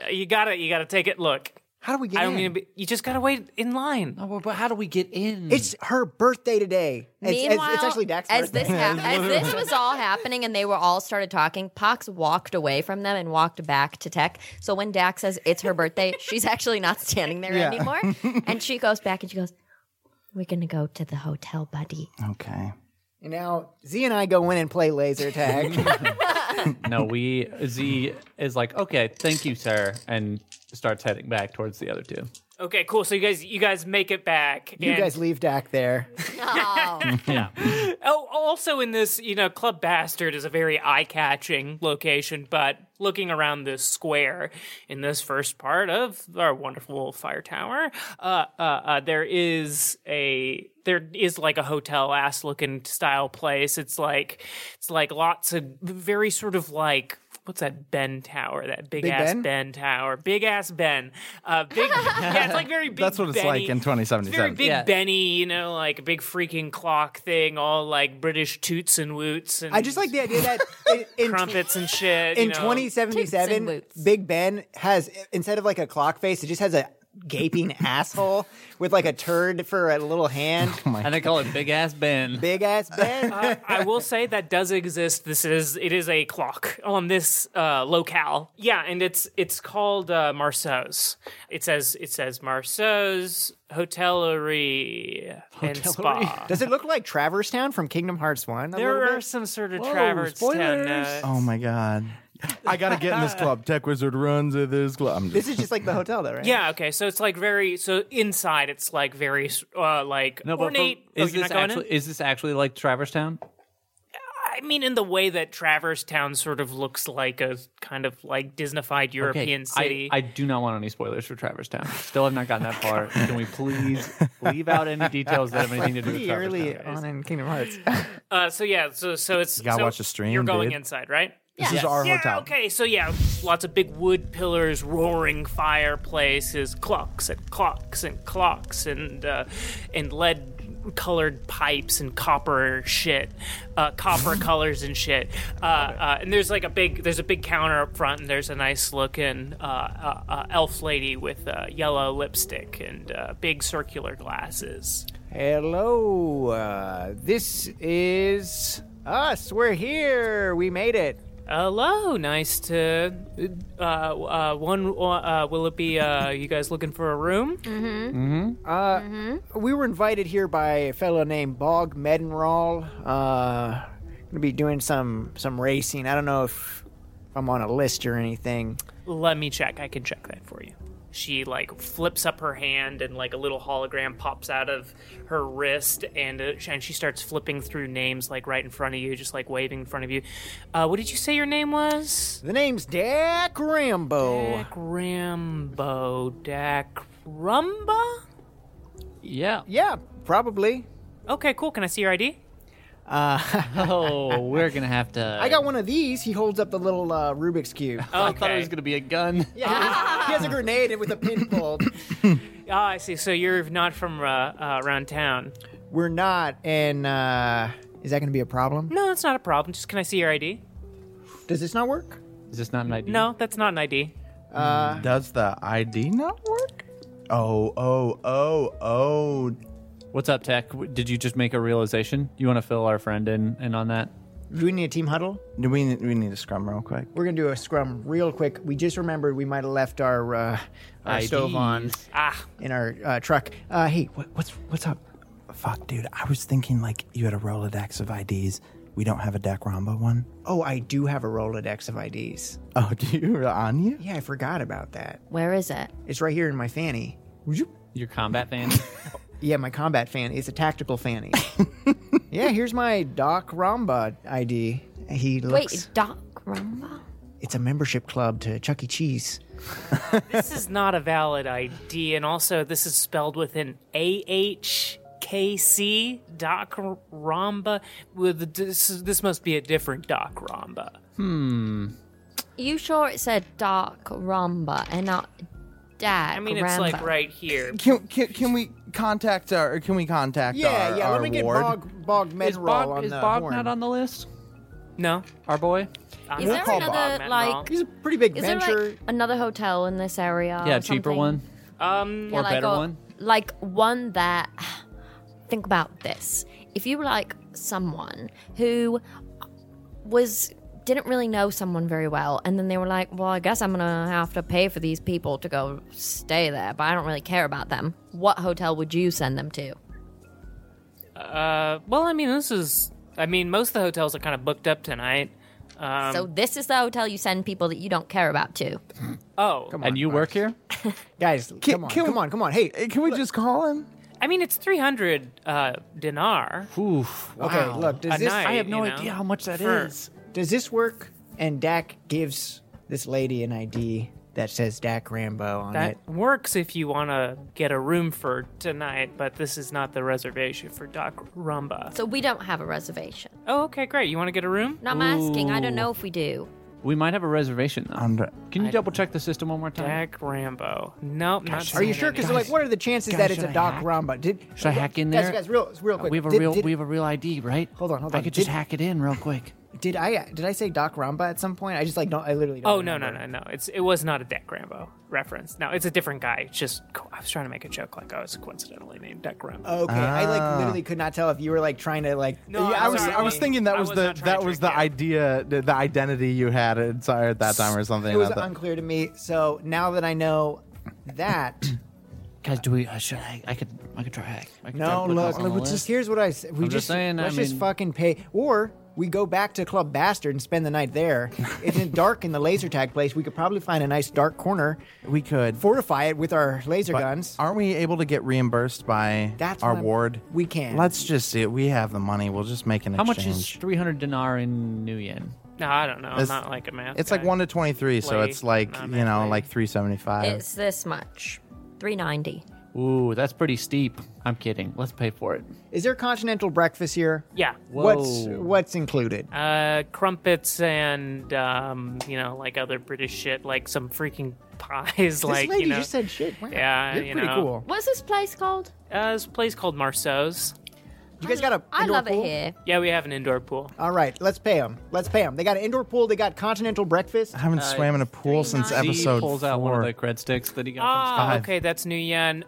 Uh, You gotta, you gotta take it. Look, How do we get I in? don't mean to be. You just gotta wait in line. Oh, but how do we get in? It's her birthday today. It's, it's- Meanwhile, it's actually Dax's as birthday. this hap- as this was all happening and they were all started talking, Pox walked away from them and walked back to Tech. So when Dax says it's her birthday, she's actually not standing there Yeah. anymore. And she goes back and she goes, "We're gonna go to the hotel, buddy." Okay. and now Z and I go in and play laser tag. no, we Z is like, okay, thank you, sir, and starts heading back towards the other two. Okay, cool. So you guys, you guys make it back. you and- guys leave Dak there. Oh, also in this, you know, Club Bastard is a very eye-catching location, but looking around this square in this first part of our wonderful fire tower, uh, uh, uh, there is a there is like a hotel ass looking style place. It's like it's like lots of very sort of like what's that Ben Tower, that big, ass Ben? ben? Tower, big ass Ben, uh, big yeah, it's like very big. That's what it's Benny. like in It's very 2077. big Yeah. Benny, you know, like a big freaking clock thing, all like British toots and woots and I just like the idea that in, in crumpets and shit. in you know. Toots and 2077, boots. Big Ben has instead of like a clock face, it just has a gaping asshole with like a turd for a little hand. And they call it Big Ass Ben. Big ass Ben. I will say that does exist. This is it is a clock on this uh, locale. Yeah, and it's it's called uh, Marceau's. It says it says Marceau's Hotellerie, and Spa. Does it look like Traverse Town from Kingdom Hearts One? a little There are bit? some sort of Traverse Town. spoilers. uh, Oh my god. I gotta get in this club. Tech Wizard runs in this club. I'm This just, is just like the hotel, though, right? Yeah. Okay. So it's like very. So inside, it's like very uh, like No, but for- ornate. Oh, is you're this not going in? actually is this actually like Traverse Town? I mean, in the way that Traverse Town sort of looks like a kind of like Disneyfied European city. I, I do not want any spoilers for Traverse Town. Still have not gotten that far. Can we please leave out any details that have anything to do with Pretty Traverse early Town? on in Kingdom Hearts. uh, so yeah, so so it's you gotta so watch the stream, You're going dude. inside, right? This is our yeah, hotel. okay, so yeah, lots of big wood pillars, roaring fireplaces, clocks and clocks and clocks, and uh, and lead colored pipes and copper shit, uh, copper colors and shit. Uh, uh, and there's like a big there's a big counter up front, and there's a nice looking uh, uh, uh, elf lady with uh, yellow lipstick and uh, big circular glasses. Hello. Uh, this is us. We're here. We made it. Hello, nice to. Uh, uh, one. Uh, will it be? Uh, you guys looking for a room? We were invited here by a fellow named Bog Medenral. Uh, gonna be doing some some racing. I don't know if, if I'm on a list or anything. Let me check. I can check that for you. She like flips up her hand and like a little hologram pops out of her wrist and uh, and she starts flipping through names like right in front of you, just like waving in front of you. Uh, what did you say your name was? The name's Dak Rambo. Dak Rambo. Dak Rumba. Yeah. Yeah, probably. Okay, cool. Can I see your ID? Oh, we're gonna have to. Oh, I got one of these. He holds up the little uh, Rubik's cube. I thought it was gonna be a gun. Yeah, he has a grenade with a pin pulled. Ah, I see. So you're not from uh, uh, around town. We're not, and uh, is that gonna be a problem? No, that's not a problem. Just can I see your ID? Does this not work? Is this not an idea? No, that's not an ID. Does the ID not work? Oh, oh, oh, oh. What's up, Tech? W- Did you just make a realization? You want to fill our friend in, in on that? Do we need a team huddle? Do we we need a scrum real quick? We're gonna do a scrum real quick. We just remembered we might have left our uh, our stove on IDs. Ah, in our uh, truck. Uh, hey, What, what's what's up? Fuck, dude. I was thinking like you had a Rolodex of IDs. We don't have a Dak Romba one. oh, I do have a Rolodex of IDs. Oh, do you on you? Yeah, I forgot about that. Where is it? It's right here in my fanny. Would you? Your combat fan? Yeah, my combat fanny. It's a tactical fanny. yeah, here's my Doc Ramba ID. He looks. Wait, Doc Rumba? It's a membership club to Chuck E. Cheese. this is not a valid ID, and also this is spelled with an A H K C Doc Ramba. With this, this must be a different Doc Ramba. You sure it said Doc Rumba and not Dak I mean, it's like Ramba? right here. Can, can can we contact our? Can we contact? Yeah, our, yeah. Our let me get ward? Bog Bog is Medroll Bog, on is the Bog horn. not on the list? No, Our boy? I'm Is not there called another, Bogman, like- He's a pretty big Is venture. there like another hotel in this area? yeah, or cheaper something? one. no. um, Or better a- one? Like one that think about this. If you were like someone who was didn't really know someone very well and then they were like, "Well, I guess I'm going to have to pay for these people to go stay there, but I don't really care about them." What hotel would you send them to? uh, well, I mean, this is. I mean, most of the hotels are kind of booked up tonight. Um, so this is the hotel you send people that you don't care about to. oh, and you work here? Guys, come on, can- come on, come on. Hey, Hey, Eh, Can we just call him? I mean, it's three hundred uh, dinar. Oof. okay, look. Does A this night, I have no you know? idea how much that is. For- does this work? And Dak gives this lady an ID that says Dak Rambo on That it. works if you want to get a room for tonight, but this is not the reservation for Doc Rumba. So we don't have a reservation. Oh, okay, great. You want to get a room? No, I'm asking. I don't know if we do. We might have a reservation though. Andre- Can you double check the system one more time? Doc Rambo. Nope, not Are you seeing sure? any. Because like, what are the chances guys, that it's should a I Doc hack? Ramba? Did Should I hack in guys, there? Uh, guys, real, real quick. we have a did, real Did, we have a real ID, right? Hold on, hold I on. could just Did- hack it in real quick. did I did I say Doc Ramba at some point? I just like don't. I literally. Don't Oh no no remember. no no! It's it was not a Doc Rambo reference. No, it's a different guy. It's just co- I was trying to make a joke like I was coincidentally named Doc Rambo. Okay, I like literally could not tell if you were like trying to like. No, yeah, I I'm was sorry, I was mean, thinking that I was, was the not trying that to was trick the you. idea, the, the identity you had inside at that time or something. It was about that. unclear to me. So now that I know that, Guys, do we? Uh, should I? I could. I could try hack. I could no, try putting look, us on the we list. just here's what I s- we I'm just saying, I let's just mean- fucking pay, or we go back to Club Bastard and spend the night there. it's in dark in the laser tag place. We could probably find a nice dark corner, we could. fortify it with our laser but guns. Aren't we able to get reimbursed by That's our what I'm- ward? we can. Let's just see. it. We have the money. We'll just make an How much exchange. is 300 dinar in new yen? No, I don't know. I'm It's- not like a math. It's guy. like one to twenty three, so Play, it's like not you know, math, like three seventy five. It's this much. 390. Ooh, that's pretty steep. I'm kidding. Let's pay for it. Is there continental breakfast here? Yeah. What's Whoa. what's included? Uh, crumpets and um, you know, like other British shit, like some freaking pies, this like lady you know. just said shit. Wow. yeah, You're you pretty know. cool. What's this place called? uh, this place called Marceau's. You guys got a I indoor love pool? it here. Yeah, we have an indoor pool. All right, let's pay them. Let's pay them. They got an indoor pool. They got continental breakfast. I uh, haven't swam in a pool since Z episode pulls four. out one of the cred sticks that he got Ah, five. okay, that's new yen.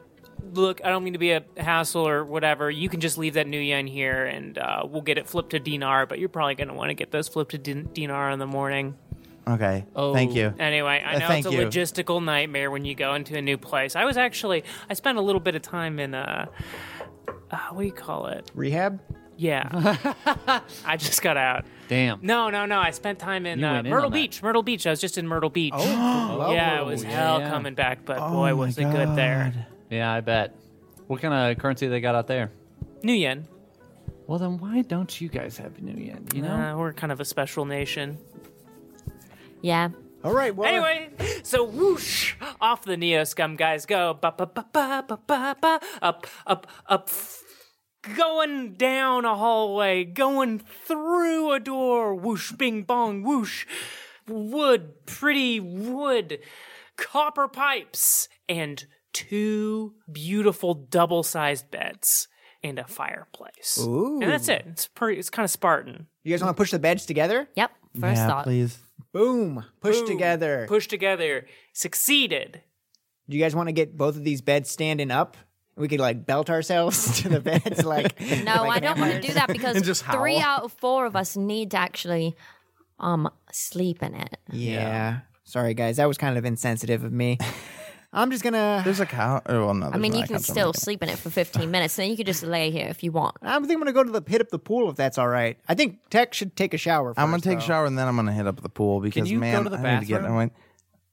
Look, I don't mean to be a hassle or whatever. You can just leave that new yen here, and uh, we'll get it flipped to dinar. But you're probably going to want to get those flipped to din- dinar in the morning. okay, thank you. Oh, Anyway, I Uh, know thank it's a you. logistical nightmare when you go into a new place. I was actually I spent a little bit of time in uh, uh what do you call it? Rehab. Yeah, I just got out. from. Damn. No, no, no. I spent time in You uh, went in Myrtle on that. Beach. Myrtle Beach. I was just in Myrtle Beach. Oh, yeah, it Oh, was yeah, hell yeah. coming back, but Oh boy, my was it good there. Yeah, I bet. What kind of currency they got out there? New yen. Well, then why don't you guys have New Yen? You know. Uh, we're kind of a special nation. Yeah. All right. Well, Anyway, so whoosh off the neo scum guys go ba ba ba ba ba ba ba up up up f- going down a hallway, going through a door, whoosh bing bong whoosh wood pretty wood copper pipes and two beautiful double-sized beds and a fireplace. Ooh. And that's it. It's pretty it's kind of Spartan. you guys want to push the beds together? Yep. First yeah, thought. please. Boom. Push together. Pushed together, succeeded. Do you guys want to get both of these beds standing up? We could like belt ourselves to the beds, like No, I don't want to do that because And just howl. three out of four of us need to actually um sleep in it. Yeah. Sorry, guys. That was kind of insensitive of me. I'm just gonna. There's a cow. Oh well, no. I there's mean, not you a can couch. I'm still not sleep in it for 15 minutes, then you could just lay here if you want. I think I'm gonna go to the pit up the pool if that's all right. I think Tech should take a shower. First, gonna- I'm gonna take though. a shower and then I'm gonna hit up the pool because you go man, to the I need to get. I bathroom? went.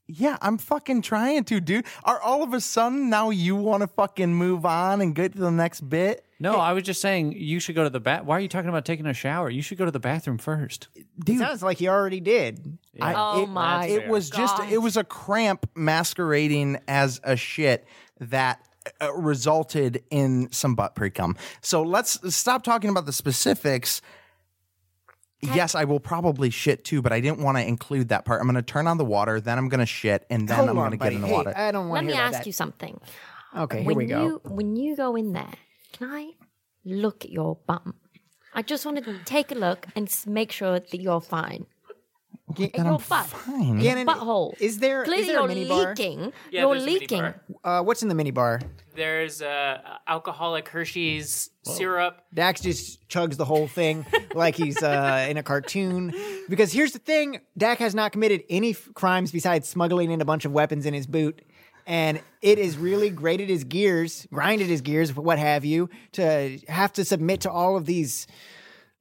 Yeah, I'm fucking trying to, dude. Are all of a sudden now you want to fucking move on and get to the next bit? No, I was just saying you should go to the bath. Why are you talking about taking a shower? You should go to the bathroom first. It sounds like he already did. I, Oh it, my It was just God. it was a cramp masquerading as a shit that uh, resulted in some butt precum. So let's stop talking about the specifics. Yes, I will probably shit too, but I didn't want to include that part. I'm going to turn on the water, then I'm going to shit, and then Hold I'm on, going to get buddy. in the Hey, water. I don't Let want to me hear about ask that. you something. Okay, here when we go. you when you go in there, can I look at your bum? I just want to take a look and s- make sure that you're fine. But Your butt, Oh, fine. Gannon, butthole. Is there is Clearly, there a you're mini bar? leaking. Yeah, you're there's a mini leaking. bar. Uh, what's in the mini bar? There's uh, alcoholic Hershey's syrup. Dax just chugs the whole thing like he's uh, in a cartoon. Because here's the thing Dak has not committed any f- crimes besides smuggling in a bunch of weapons in his boot. And it has really grated his gears, grinded his gears, what have you, to have to submit to all of these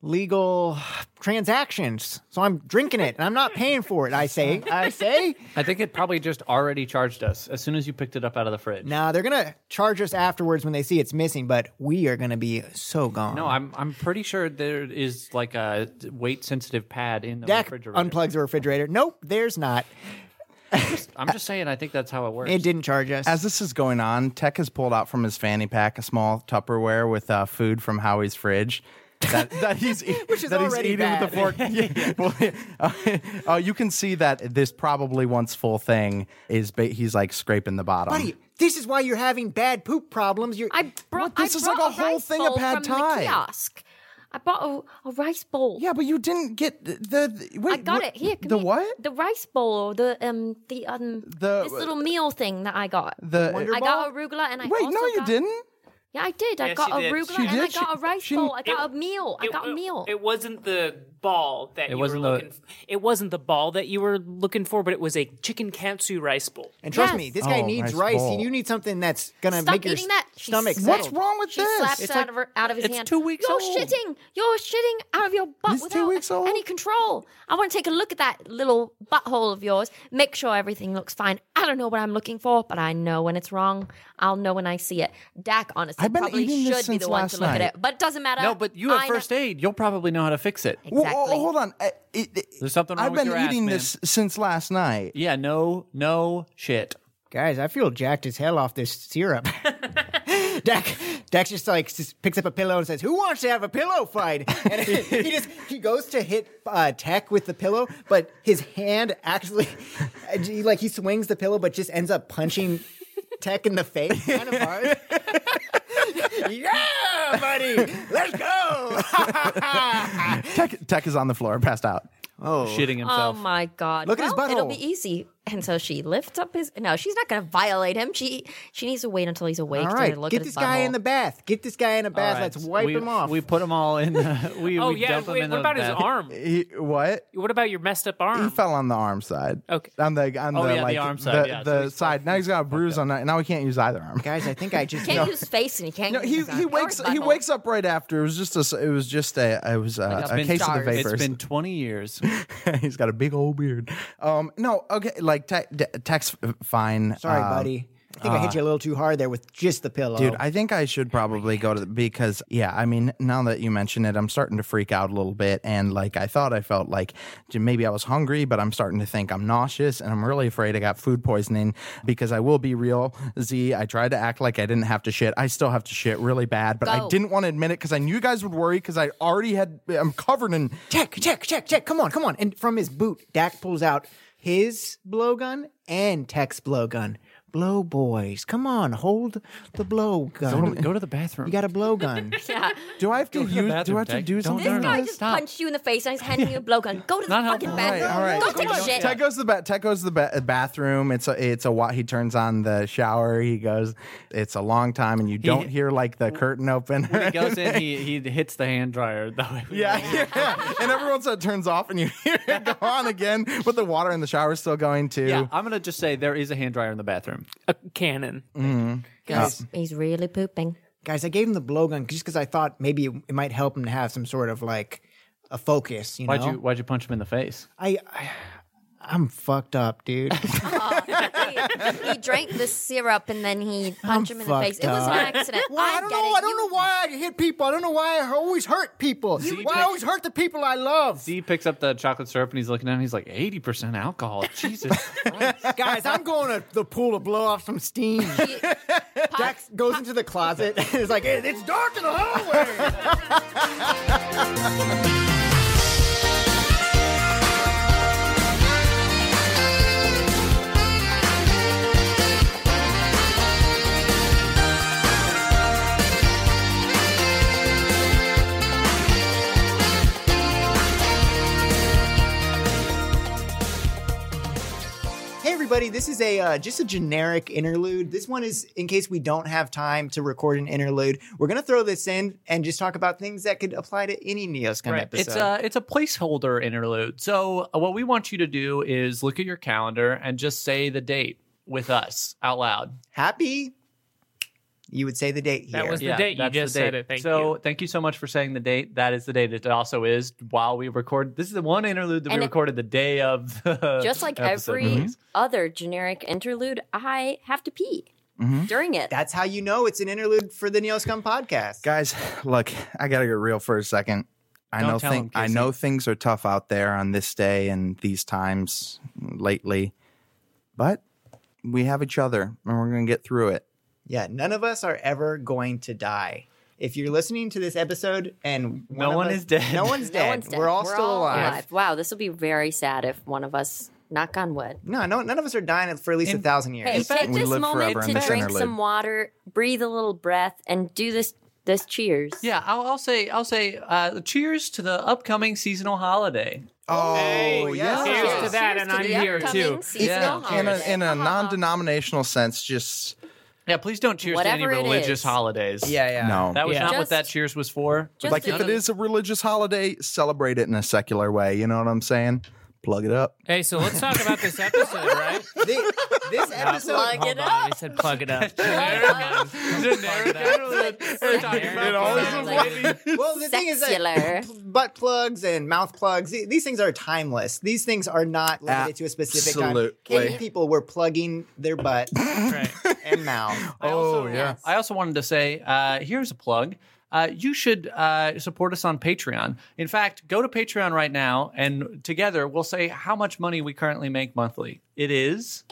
legal transactions. So I'm drinking it and I'm not paying for it, I say. I say. I think it probably just already charged us as soon as you picked it up out of the fridge. Now they're going to charge us afterwards when they see it's missing, but we are going to be so gone. No, I'm I'm pretty sure there is like a weight sensitive pad in the Dak refrigerator. unplugs the refrigerator. Nope, there's not. I'm just saying I think that's how it works. It didn't charge us. As this is going on, Tech has pulled out from his fanny pack a small Tupperware with uh, food from Howie's fridge. that, that he's e- is that he's already eating with the fork. Yeah. Well, yeah. Uh, uh, you can see that this probably once full thing is ba- he's like scraping the bottom. Buddy, this is why you're having bad poop problems. You're I brought. this I is brought like a whole rice thing of bowl pad from thai. The kiosk. I bought a, a rice bowl. Yeah, but you didn't get the, the- wait. I got what- it here. Come the here. what? The rice bowl. The um the um The- uh, this little meal thing that I got. The uh, I got arugula and I wait. also No, you got- didn't. Yeah, I did. I Yes, got you did. arugula She and I did. got She- a rice she- bowl. I got It- a meal. I got a meal. It wasn't the ball that you wasn't were the- looking. f- It wasn't the ball that you were looking for, but it was a chicken katsu rice bowl. and trust Yes. me, this guy Oh, needs rice rice, bowl. and you need something that's gonna Stop make your eating that. She stomach. slapped- What's wrong with she this? slaps It's it out of her out of his it's hand. two weeks You're old. shitting. You're shitting out of your butt It's two without weeks old. any control. I want to take a look at that little butthole of yours. Make sure everything looks fine. I don't know what I'm looking for, but I know when it's wrong. I'll know when I see it. Dak, honestly, I've been probably eating this should be since the one last to look night. at it, but it doesn't matter. no, but you have I know- first aid. You'll probably know how to fix it. Well, Exactly. oh, hold on. I- it- it- There's something wrong I've with been your ass, eating man. this since last night. Yeah, no, no shit. guys, I feel jacked as hell off this syrup. Dak, Dak just like s picks up a pillow and says, "Who wants to have a pillow fight?" And he just he goes to hit uh, Tech with the pillow, but his hand actually he, like he swings the pillow, but just ends up punching Tech in the face kind of hard. yeah, buddy, let's go. Tech, Tech is on the floor, passed out. shitting Oh himself. my god. Look at his Well, It'll butthole. be easy. And so she lifts up his No, she's not going to violate him. She she needs to wait until he's awake All to right, look get at his this guy butthole. in the bath. Get this guy in a All bath. right, Let's wipe we, him off. We put him all in. The, we Oh we yeah. dump him Wait, in what the about his bath. arm? He, what? What about your messed up arm? He fell on the arm side. Okay. On the on Oh, the yeah, the like arm side, the, yeah, so the he's side. Now he's got a bruise on. that- Now he can't use either arm. guys, I think I just Can't use his face and he can't. No, use he his arm. he Or wakes his he butthole. wakes up right after. It was just a s- it was just a it was a, It's a been- case of the stars. vapors. It's been 20 years. he's got a big old beard. Um, no, okay, like te- de- Tech's f- fine. Sorry, Um, buddy. I think I hit you a little too hard there with just the pillow. Oh. Dude, I think I should probably go to the, because yeah, I mean, now that you mention it, I'm starting to freak out a little bit, and like I thought, I felt like j- maybe I was hungry, but I'm starting to think I'm nauseous, and I'm really afraid I got food poisoning because I will be real, Z. I tried to act like I didn't have to shit. I still have to shit really bad, but I Go. didn't want to admit it because I knew you guys would worry because I already had I'm covered in. check, check, check, check. Come on, come on. And from his boot, Dak pulls out his blowgun and Tech's blowgun. Blow boys, come on, hold the blowgun. Go to the bathroom. You got a blowgun. Yeah. Do I have to use? Do bathroom, I have to Tech. do Don't something? No, This no, guy no, just stop. punched you in the face and he's handing you a blowgun. Go to the Not fucking helpful. bathroom. All right, all right. Go take a shit. Ted goes to the ba- Ted goes to the ba- bathroom. It's a it's a wa- he turns on the shower. He goes. It's a long time, and you don't hear like the curtain open. When he goes in, he, he hits the hand dryer. Yeah. yeah, yeah, And every once in a while it turns off, and you hear it go on again. But the water in the shower is still going too. Yeah, I'm gonna just say there is a hand dryer in the bathroom. a cannon. Guys, he's really pooping. Guys, I gave him the blowgun just because I thought maybe it, it might help him to have some sort of like a focus, you Why'd know? you Why'd you punch him in the face? I, I, I'm fucked up, dude. he, he drank the syrup and then he punched him in the fucked face. It was an up. accident. Well, I, don't get know. it. I don't You- know why I hit people. I don't know why I always hurt people. why I take- always hurt the people I love. D picks up the chocolate syrup and he's looking down. He's like, eighty percent alcohol. Jesus Christ. Guys, I'm going to the pool to blow off some steam. Jack goes into the closet and is like, "It- it's dark in the hallway. Hey everybody, this is a uh, just a generic interlude. This one is in case we don't have time to record an interlude. We're gonna throw this in and just talk about things that could apply to any Neoscum episode. It's uh, a it's a placeholder interlude. So uh, what we want you to do is look at your calendar and just say the date with us out loud. Happy. You would say the date here. That was the date. You that's the just said date. it. Thank so you. thank you so much for saying the date. That is the date. It also is while we record. This is the one interlude that And we it- recorded the day of. The Just like episode every release. other generic interlude, I have to pee during it. That's how you know it's an interlude for the Neoscum podcast. Guys, look, I gotta get real for a second. I Don't know tell thing- him, I Casey. know things are tough out there on this day and these times lately, but we have each other, and we're gonna get through it. Yeah, none of us are ever going to die. If you're listening to this episode and No of one us- is dead. no one's No dead. one's dead. We're all still alive. Wow, this will be very sad if one of us, knock on wood. No, no, none of us are dying for at least a thousand years. Hey, fact, take we this live moment forever in to this drink interlude. some water, breathe a little breath, and do this this cheers. Yeah, I'll, I'll say I'll say uh, cheers to the upcoming seasonal holiday. Oh, yeah. Cheers Cheers to that, and to I'm the here upcoming too. seasonal Yeah. in a, holiday. in Uh-huh. a non-denominational sense, just Yeah, please don't cheers to any Whatever it religious is. holidays. yeah. no. that was Yeah. not what Just- that cheers was for. Just like if a- it is a religious holiday, celebrate it in a secular way. You know what I'm saying? Plug it up. Hey, so let's talk about this episode, right? Thi- this episode, Plug Hold on, it up. I said plug it up. up. Generic interlude. We're talking about It always that. is like- well, the thing is Secular. that butt plugs and mouth plugs, the- these things are timeless. These things are not limited to a specific time. Absolutely. Cave people were plugging their butt Right. and mouth. also- oh Yes. I also wanted to say, uh, here's a plug. Uh, you should uh, support us on Patreon. In fact, go to Patreon right now, and together we'll say how much money we currently make monthly. It is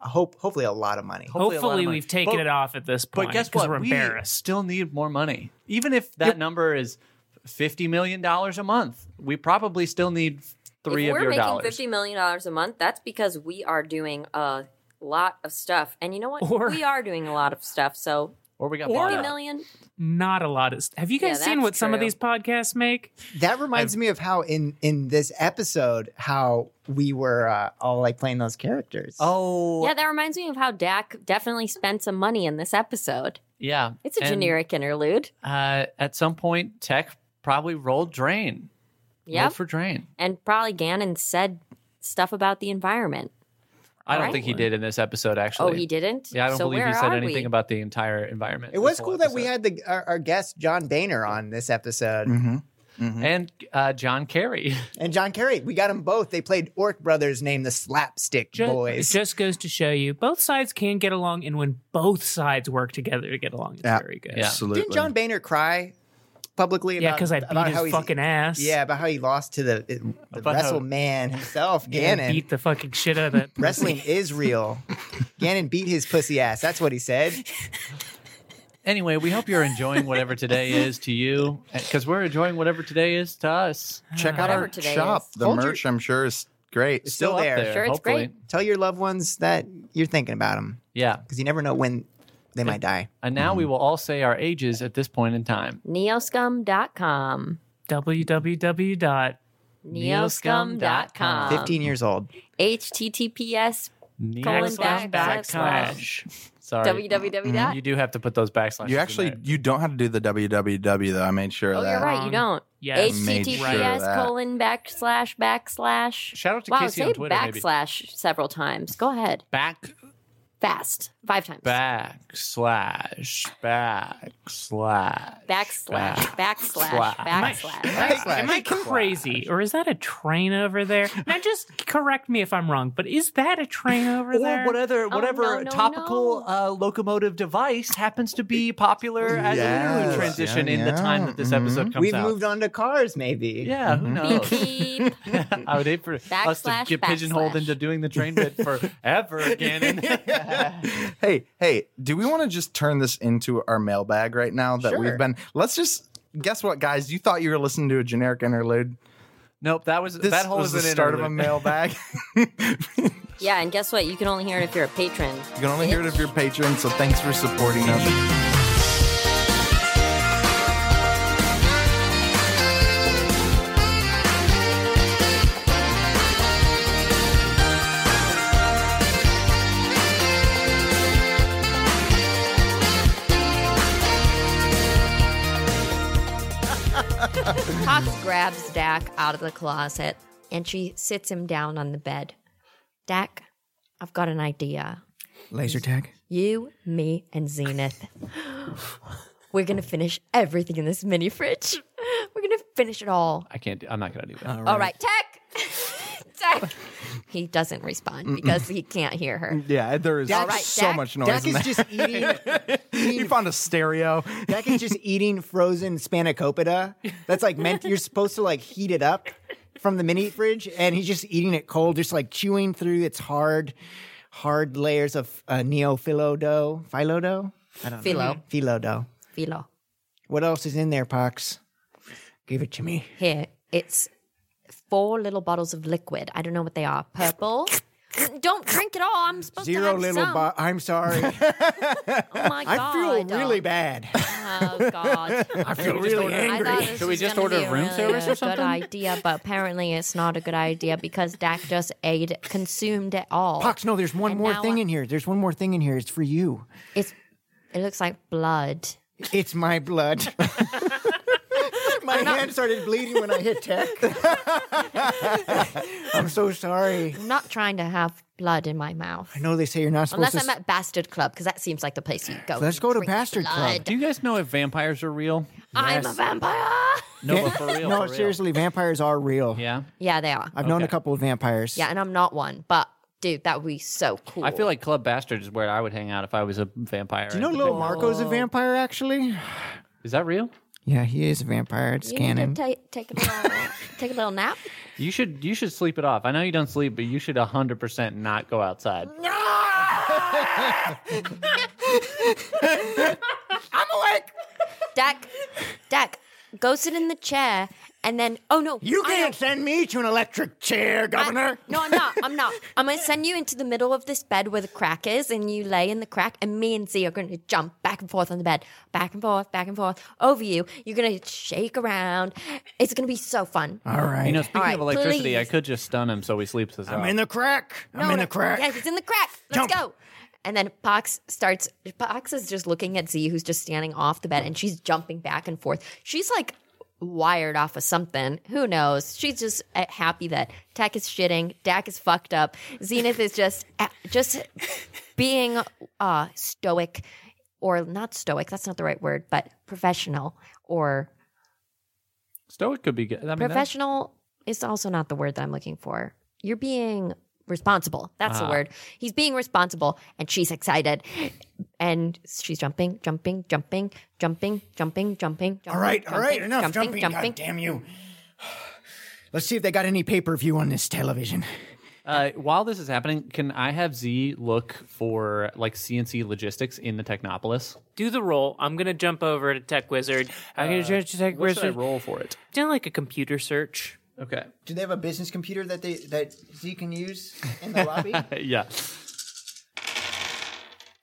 I hope hopefully a lot of money. Hopefully, a lot of Hopefully, money. we've taken But- it off at this point. But guess 'cause what? We're We embarrassed. still need more money. Even if that number is fifty million dollars a month, we probably still need three if of we're your making dollars. fifty million dollars a month, that's because we are doing a lot of stuff. And you know what? Or- we are doing a lot of stuff. So or we got Or- fifty borrowed. million. Not a lot. Of, have you guys Yeah, seen that's what some of true. these podcasts make? That reminds me of how in in this episode how we were uh, all like playing those characters. Oh, Yeah, that reminds me of how Dak definitely spent some money in this episode. yeah. It's a And, generic interlude. Uh, at some point, Tech probably rolled drain. Yep. Rolled for drain. and probably Gannon said stuff about the environment. I don't Right. think he did in this episode. Oh, Actually, he didn't? Yeah, I don't so believe where he said are anything we? about the entire environment. it was cool that we had the our, our guest John Boehner on this episode Mm-hmm. and uh, John Kerry. and John Kerry. We got them both. They played Orc Brothers named the Slapstick Ju- Boys. It just goes to show you both sides can get along, and when both sides work together to get along, it's Yeah. very good. Yeah. Absolutely. Didn't John Boehner cry publicly? Yeah, about- because I about beat how he's- his fucking ass. Yeah, about how he lost to the, the About how- wrestle man himself, and Gannon. beat the fucking shit out of that. Wrestling is real. Gannon beat his pussy ass. That's what he said. Anyway, we hope you're enjoying whatever today is to you, because we're enjoying whatever today is to us. Check out Whatever our today shop. is. The Hold your- merch, I'm sure, is great. Still up there. Sure, it's hopefully. great. Tell your loved ones that you're thinking about them Yeah. because you never know when they might die. And now Mm-hmm. we will all say our ages at this point in time. Neoscum.com. www. dot Neoscum.com. 15 years old. HTTPS Colon backslash back- backslash. Sorry. Mm-hmm. You www. do have to put those backslashes. You in actually there. you don't have to do the www though. I made sure Oh, of that. you're right. You don't. Yes. Made sure of HTTPS that. colon backslash backslash. Shout out to wow, Casey say on Twitter, maybe. backslash several times. Go ahead. back Fast. Five times. backslash backslash backslash. Backslash. Slash. Backslash. Am I crazy or is that a train over there? Now, just correct me if I'm wrong, but is that a train over there? or whatever whatever no, no, topical no. Uh, locomotive device happens to be popular as a Yes. new transition Yeah, in the yeah. time that this Mhm. episode comes We've out. moved on to cars, maybe. yeah, who knows? Beep. I would hate for us to Backslash, get pigeonholed backslash. into doing the train bit forever again. hey, hey, do we want to just turn this into our mailbag right now that Sure. we've been? Let's just guess what, guys. You thought you were listening to a generic interlude. nope, that was This that whole was the is an start of a interlude. mailbag. Yeah, and guess what? You can only hear it if you're a patron. You can only hear it if you're patron, so thanks for supporting us. Cox grabs Dak out of the closet and she sits him down on the bed. Dak, I've got an idea. Laser tag. You, me, and Zenith. We're gonna finish everything in this mini fridge. We're gonna finish it all. I can't. do- I'm not gonna do that. All right, Tech! Tech! He doesn't respond because he can't hear her. Yeah, there is right, so Dak- much noise. Dak in is that. just eating. you found a stereo. Dak is just eating frozen spanakopita. That's like meant you're supposed to like heat it up from the mini fridge, and he's just eating it cold, just like chewing through its hard, hard layers of uh, neophilo dough, philo dough, Philo, philo dough. Philo. What else is in there, Pox? Give it to me. Here, it's four little bottles of liquid. I don't know what they are. Purple. Don't drink it all. I'm supposed to Zero have little. some. Bo- I'm sorry. oh my god! I feel really bad. Oh god! I feel really I angry. thought this Should we was just gonna order be a room really service or a something? Good idea, but apparently it's not a good idea because Dak just ate, consumed it all. Pox, no, there's one And more now thing I- in here. There's one more thing in here. It's for you. It's. It looks like blood. It's my blood. my hand started bleeding when I hit tech. I'm so sorry. I'm not trying to have blood in my mouth. I know they say you're not supposed Unless to. I'm at Bastard Club, because that seems like the place you go. Let's to go to drink Bastard Club. blood. Do you guys know if vampires are real? I'm a vampire. No, but for real. no, for real. seriously, vampires are real. Yeah. Yeah, they are. I've known a Okay. couple of vampires. Yeah, and I'm not one, but dude, that would be so cool. I feel like Club Bastard is where I would hang out if I was a vampire. You know, Lil Marco's a vampire, actually. is that real? Yeah, he is a vampire. It's you need to Ganon. ta- take a little take a little nap. You should you should sleep it off. I know you don't sleep, but you should 100% not go outside. I'm awake. Dak, Dak, go sit in the chair and then, oh no. You I can't know- send me to an electric chair, I- Governor. no, I'm not. I'm not. I'm going to send you into the middle of this bed where the crack is, and you lay in the crack, and me and Z are going to jump back and forth on the bed, back and forth, back and forth, over you. You're going to shake around. It's going to be so fun. All right. You know, speaking All right, of electricity, I please. could just stun him so he sleeps us out. I'm in the crack. I'm No, in no. the crack. Yeah, he's in the crack. Let's Jump. go. And then Pox starts. Pox is just looking at Z, who's just standing off the bed, and she's jumping back and forth. She's like wired off of something. Who knows? She's just uh, happy that Tech is shitting. Dak is fucked up. Zenith is just eh, just being uh, stoic, or not stoic. That's not the right word, but professional or Stoic could be good. I mean, that's- professional is also not the word that I'm looking for. You're being responsible. That's the word. He's being responsible, and she's excited, and she's jumping, jumping, jumping, jumping, jumping, jumping. All right, all right, enough jumping. jumping. God damn you. Let's see if they got any pay per view on this television. Uh, while this is happening, can I have Z look for like CNC logistics in the Technopolis? Do the roll. I'm gonna jump over to Tech Wizard. I'm gonna jump to Tech What should I Wizard. roll for it? Do like a computer search. Okay. Do they have a business computer that they that Z can use in the lobby? yeah.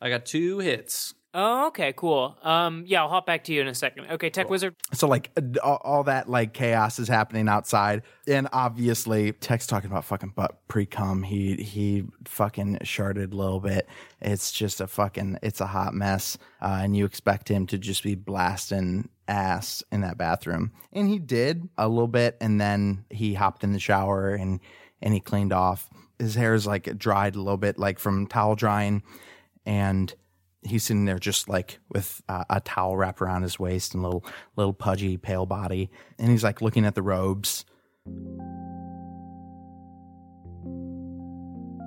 I got two hits. Oh, okay, cool. Um, yeah, I'll hop back to you in a second. Okay, Tech Wizard. So like uh, all, all that like chaos is happening outside, and obviously Tech's talking about fucking butt pre cum. He he fucking sharded a little bit. It's just a fucking it's a hot mess, uh, and you expect him to just be blasting ass in that bathroom, and he did a little bit, and then he hopped in the shower and and he cleaned off. His hair is like dried a little bit, like from towel drying, and he's sitting there just like with uh, a towel wrapped around his waist and a little little pudgy pale body and he's like looking at the robes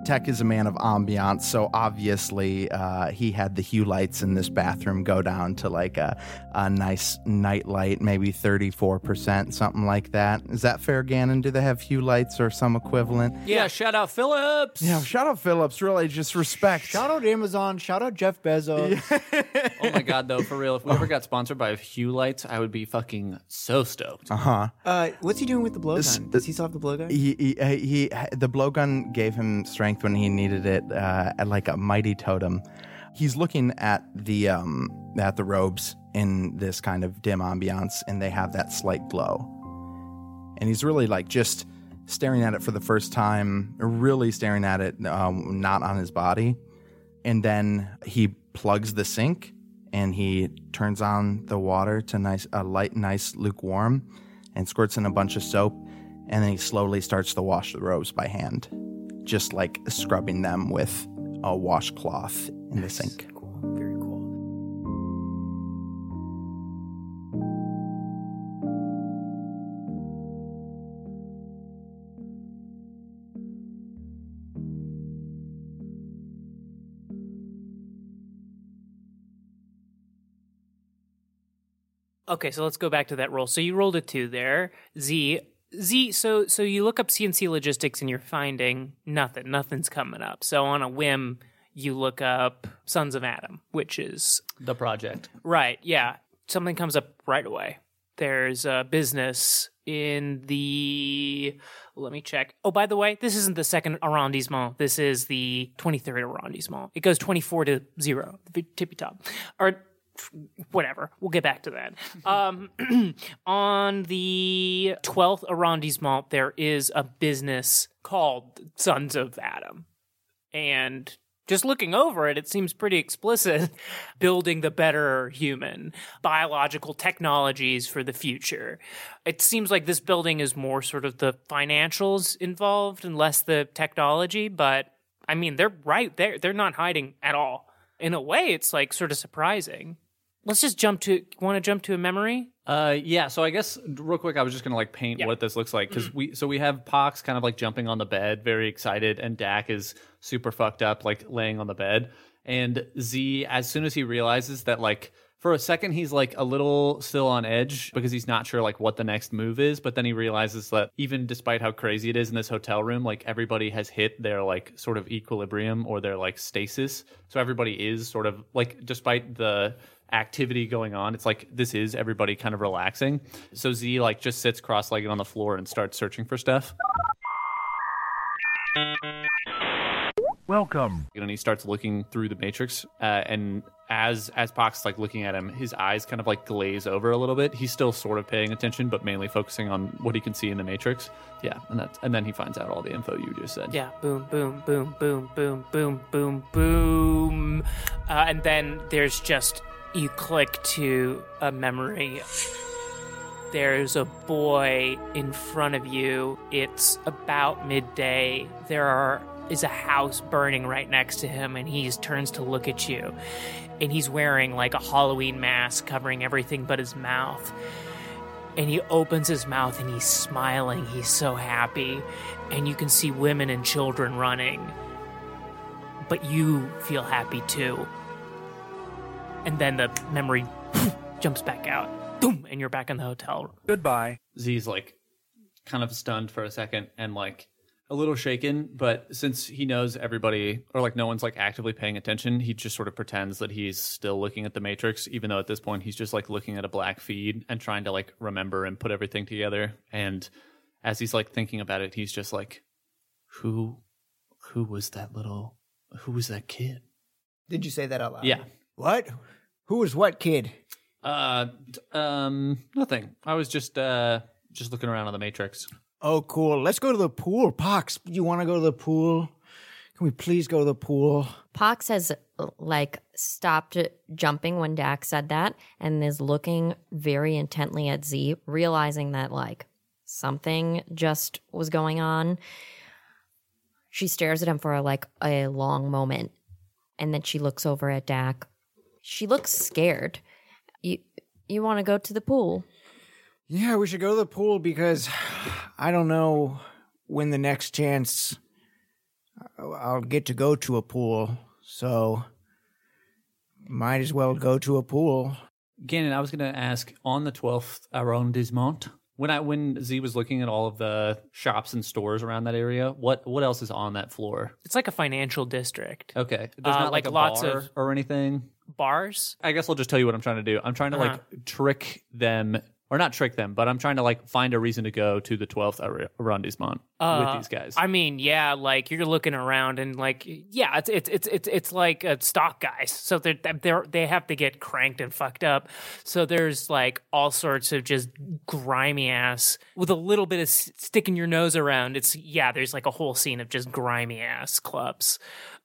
Tech is a man of ambiance, so obviously uh, he had the hue lights in this bathroom go down to like a, a nice night light, maybe 34%, something like that. Is that fair, Gannon? Do they have hue lights or some equivalent? Yeah, shout out Phillips. Yeah, shout out Phillips, really, just respect. Shout out Amazon. Shout out Jeff Bezos. oh my god, though, for real, if we ever got sponsored by Hue Lights, I would be fucking so stoked. Uh, what's he doing with the This- blowgun? Does he still have the blowgun? he, he, uh, he the blowgun gave him strength when he needed it uh, at like a mighty totem he's looking at the um at the robes in this kind of dim ambiance and they have that slight glow and he's really like just staring at it for the first time really staring at it um, not on his body and then he plugs the sink and he turns on the water to nice a light nice lukewarm and squirts in a bunch of soap and then he slowly starts to wash the robes by hand just like scrubbing them with a washcloth in the sink Cool. Very cool. Okay, so let's go back to that roll. So you rolled a two there. Z Z. So so you look up CNC logistics and you're finding nothing. Nothing's coming up. So on a whim, you look up Sons of Adam, which is The project. Right. Yeah. Something comes up right away. There's a business in the. Let me check. Oh, by the way, this isn't the second arrondissement. This is the 23rd arrondissement. It goes 24 to 0, the tippy top. Or whatever. We'll get back to that. Um, on the 12th arrondissement, there is a business called Sons of Adam and just looking over it, it seems pretty explicit building the better human, biological technologies for the future. It seems like this building is more sort of the financials involved and less the technology, but I mean, they're right there. They're not hiding at all. In a way, it's like sort of surprising. Let's just jump to, want to jump to a memory? Uh, yeah. So I guess real quick, I was just gonna like paint what this looks like because we so we have Pox kind of like jumping on the bed, very excited, and Dak is super fucked up, like laying on the bed, and Z as soon as he realizes that like. For a second, he's like a little still on edge because he's not sure like what the next move is. But then he realizes that even despite how crazy it is in this hotel room, like everybody has hit their like sort of equilibrium or their like stasis. So everybody is sort of like, despite the activity going on, it's like this is everybody kind of relaxing. So Z like just sits cross legged on the floor and starts searching for stuff. Welcome. you know, and he starts looking through the matrix. Uh, and as as Pox is, like looking at him, his eyes kind of like glaze over a little bit. He's still sort of paying attention, but mainly focusing on what he can see in the matrix. Yeah, and that's and then he finds out all the info you just said. Yeah, boom, boom, boom, boom, boom, boom, boom, boom. Uh, and then there's just, you click to a memory. There's a boy in front of you. It's about midday. There are, is a house burning right next to him, and he turns to look at you. And he's wearing like a Halloween mask covering everything but his mouth and he opens his mouth and he's smiling. He's so happy. And you can see women and children running. But you feel happy too. And then the memory jumps back out. Boom, and you're back in the hotel. Goodbye. Z's like kind of stunned for a second and like a little shaken, but since he knows everybody or like no one's like actively paying attention, he just sort of pretends that he's still looking at the matrix, even though at this point he's just like looking at a black feed and trying to like remember and put everything together. And as he's like thinking about it, he's just like, Who who was that little who was that kid? Did you say that out loud? Yeah. What? Who was what kid? Uh d- um nothing. I was just uh just looking around on the matrix. Oh, cool. Let's go to the pool. Pox, you want to go to the pool? Can we please go to the pool? Pox has like stopped jumping when Dak said that and is looking very intently at Z, realizing that like something just was going on. She stares at him for like a long moment and then she looks over at Dak. She looks scared. You you want to go to the pool? Yeah, we should go to the pool because I don't know when the next chance uh, I'll get to go to a pool. So might as well go to a pool. Gannon, I was going to ask on the 12th arrondissement, when I when Z was looking at all of the shops and stores around that area, what what else is on that floor? It's like a financial district. Okay, there's Uh, not like, like a lots bar of- or anything. Uh-huh. Bars? I guess I'll just tell you what I'm trying to do. I'm trying to like trick them or not trick them, but I'm trying to like find a reason to go to the 12th ar- arrondissement Uh, with these guys. I mean, yeah, like you're looking around and like, yeah, it's it's it's it's, it's like uh, stock guys, so they're they're they have to get cranked and fucked up. So there's like all sorts of just grimy ass with a little bit of s- sticking your nose around. It's yeah, there's like a whole scene of just grimy ass clubs.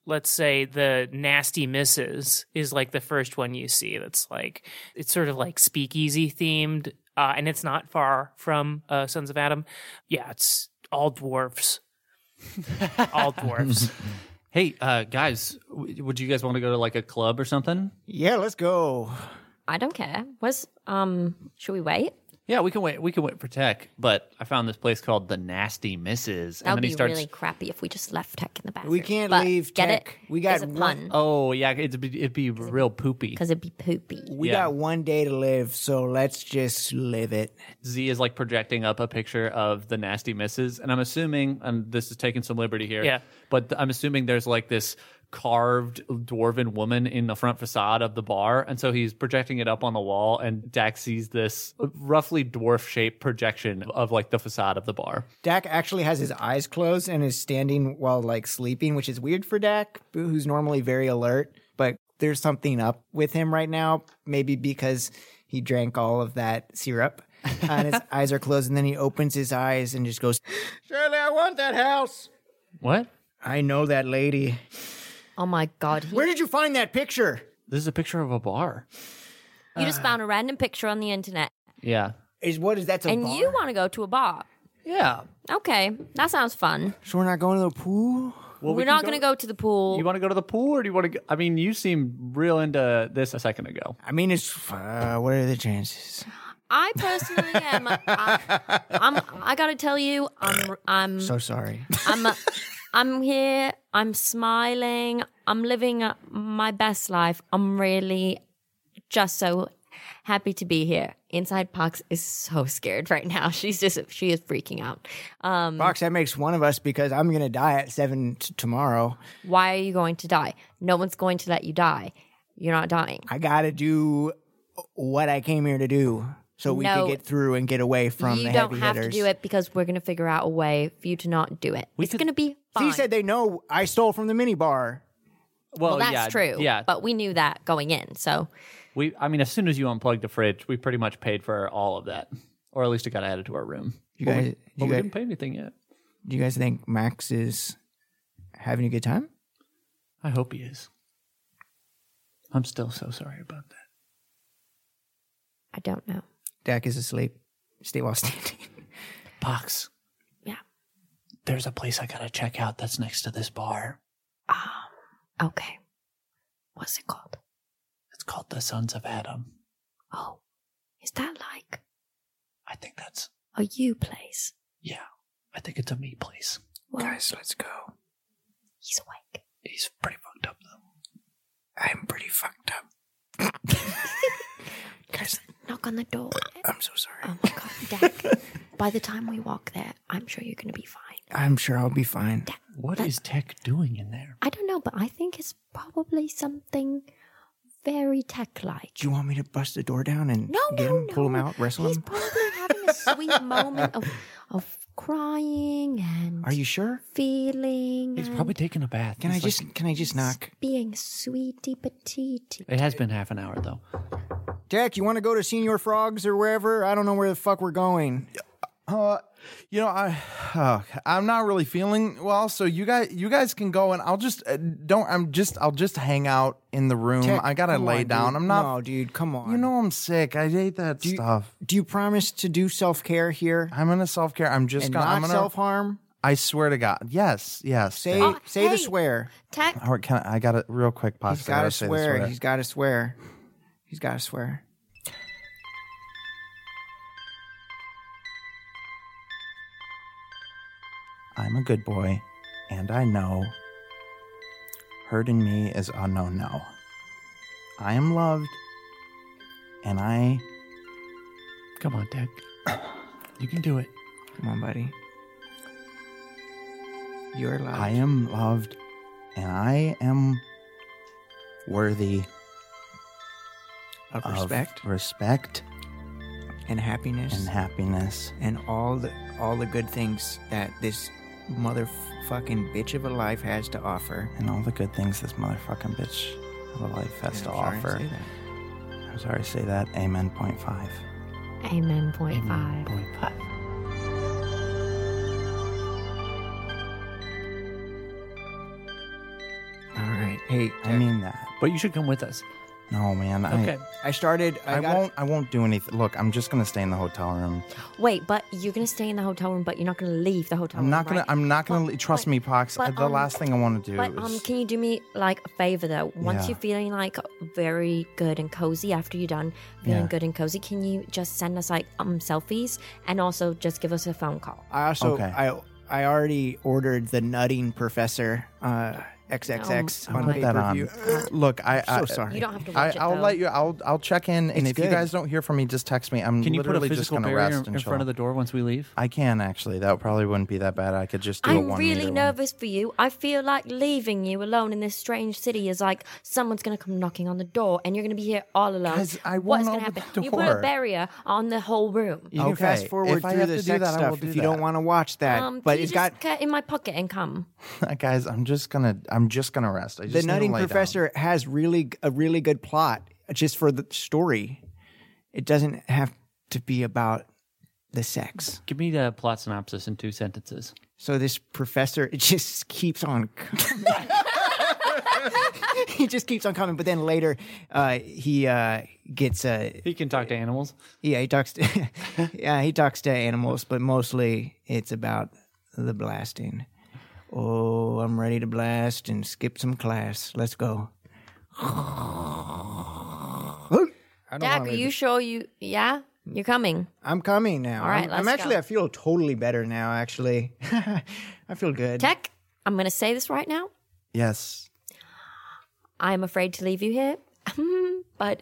Let's say the nasty misses is like the first one you see. That's like it's sort of like speakeasy themed. Uh, and it's not far from uh, Sons of Adam. Yeah, it's all dwarves. all dwarves. hey, uh, guys, w- would you guys want to go to like a club or something? Yeah, let's go. I don't care. Was um should we wait? Yeah, we can wait. We can wait for Tech, but I found this place called the Nasty Misses, That and would then be he starts. really crappy if we just left Tech in the bathroom. We can't But leave get Tech. It? We got It's a one- pun Oh yeah, it'd be it'd be real poopy. because it'd be poopy. We Yeah. got one day to live, so let's just live it. Z is like projecting up a picture of the nasty misses, and I'm assuming, and this is taking some liberty here. Yeah. but th- I'm assuming there's like this carved dwarven woman in the front facade of the bar, and so he's projecting it up on the wall, and Dax sees this roughly dwarf shaped projection of like the facade of the bar. Dak actually has his eyes closed and is standing while like sleeping, which is weird for Dak, who's normally very alert, but there's something up with him right now, maybe because he drank all of that syrup and his eyes are closed and then he opens his eyes and just goes, "Shirley, I want that house. What? I know that lady. Oh my god! he- Where did you find that picture?" This is a picture of a bar. you just found a random picture on the internet, Yeah. Is what is that's a and bar. you want to go to a bar. Yeah. Okay, that sounds fun. So we're not going to the pool? Well, We're can not going to go to the pool. You want to go to the pool, or do you want to? Go, I mean, you seemed real into this a second ago. I mean, it's uh, what are the chances? I personally am. I, I'm. I gotta tell you, I'm. I'm. So sorry. I'm. uh, I'm here. uh, I'm smiling. I'm living my best life. I'm really just so happy to be here. Inside Pox is so scared right now. She's just she is freaking out. Um, Box, that makes one of us because I'm going to die at seven t- tomorrow. why are you going to die? No one's going to let you die. You're not dying. I got to do what I came here to do so we No. can get through and get away from you the don't heavy have hitters. to do it because we're going to figure out a way for you to not do it. it's going to be fine. He said they know I stole from the minibar. well, that's oh, yeah, true. Yeah, But we knew that going in. So we. I mean, as soon as you unplugged the fridge, we pretty much paid for all of that, or at least it got added to our room. You But we- guys, do but you we guys, didn't pay anything yet. do you guys think Max is having a good time? I hope he is. I'm still so sorry about that. I don't know. Dak is asleep. Stay while standing. Pox, Yeah. there's a place I gotta check out that's next to this bar. Um, okay. What's it called? It's called the Sons of Adam. Oh, is that like I think that's a you place? yeah. I think it's a me place. Well, Guys, let's go. he's awake. He's pretty fucked up though. I'm pretty fucked up. guys, Knock on the door. I'm so sorry. Oh my god, Dak. By the time we walk there, I'm sure you're going to be fine. I'm sure I'll be fine. What is Tech doing in there? I don't know, but I think it's probably something very tech-like. Do you want me to bust the door down and No, get no, him, pull him no. out, wrestle He's him? probably having a sweet moment of of crying and Are you sure? feeling He's and probably taking a bath. Can I He's like- just can I just knock? being sweetie petite. It has been half an hour though. Jack, you want to go to Senior Frogs or wherever? I don't know where the fuck we're going. Uh, you know, I uh, I'm not really feeling well, so you guys you guys can go and I'll just uh, don't I'm just I'll just hang out in the room. Jack, I gotta come lay on, down. dude. I'm not. No, dude, come on. You know I'm sick. I hate that you- stuff. do you promise to do self care here I'm gonna self care. I'm just and gonna. not I'm gonna. self harm? I swear to God. Yes. Yes. Say thank- Oh, say hey. the swear. Tech, Or can I, I got it real quick. He's Possibly. got to swear. He's got to swear. He's got to swear. I'm a good boy, and I know. Hurting me is a no no. I am loved, and I Come on, Tech. You can do it. Come on, buddy. You're alive. I am loved, and I am worthy of of respect respect and happiness and and, happiness. all the all the good things that this motherfucking bitch of a life has to offer. And all the good things this motherfucking bitch of a life I'm has to sorry offer. say that. I'm sorry to say that. Amen. Point five. amen. Point five. Point five. All right. Hey, I mean that. But you should come with us. No, man. I, Okay. I started. I, I, got- won't. I won't do anything. Look, I'm just gonna stay in the hotel room. Wait, but you're going to stay in the hotel room, but you're not going to leave the hotel I'm room. not gonna. right? I'm not gonna. But- le- trust but- me, Pox. but, the um, last thing I want to do But is. um, can you do me like a favor though? Once Yeah. you're feeling like very good and cozy after you're done feeling Yeah. good and cozy, can you just send us like um selfies and also just give us a phone call? I also Okay. I I already ordered the nutting professor uh, XXX I'll on put pay that per on. Uh, view. Uh, Look, I. So I, sorry. You don't have to I, watch it. I'll though. let you. I'll I'll check in, and It's if good. you guys don't hear from me, just text me. I'm Can you put a literally just physical gonna barrier rest in, and in chill. front of the door once we leave? I can actually. That probably wouldn't be that bad. I could just do a I'm one. really meter nervous for you. I feel like leaving you alone in this strange city is like someone's gonna come knocking on the door and you're gonna be here all alone. Guys, I What's won't gonna open the happen? You put a door. barrier on the whole room. You can Okay, fast forward if I through have the to do sex that, I will stuff do if you don't that. want to watch that. Um, but can you it's just got get in my pocket and come? one. Guys, I'm just gonna. I'm just gonna rest. I just the need to nutting lay down. professor has really g- a really good plot just for the story. It doesn't have to be about the sex. Give me the plot synopsis in two sentences. So this professor, it just keeps on coming. he just keeps on coming. But then later, uh, he uh, gets uh, He can talk to animals. yeah he talks to yeah he talks to animals, but mostly it's about the blasting. Oh, I'm ready to blast and skip some class. Let's go. I don't Dak, wanna are you sure you? Yeah, you're coming. I'm coming now. All right, I'm, I'm let's actually go. I feel totally better now. Actually, I feel good. Tech, I'm gonna say this right now. Yes. I'm afraid to leave you here, but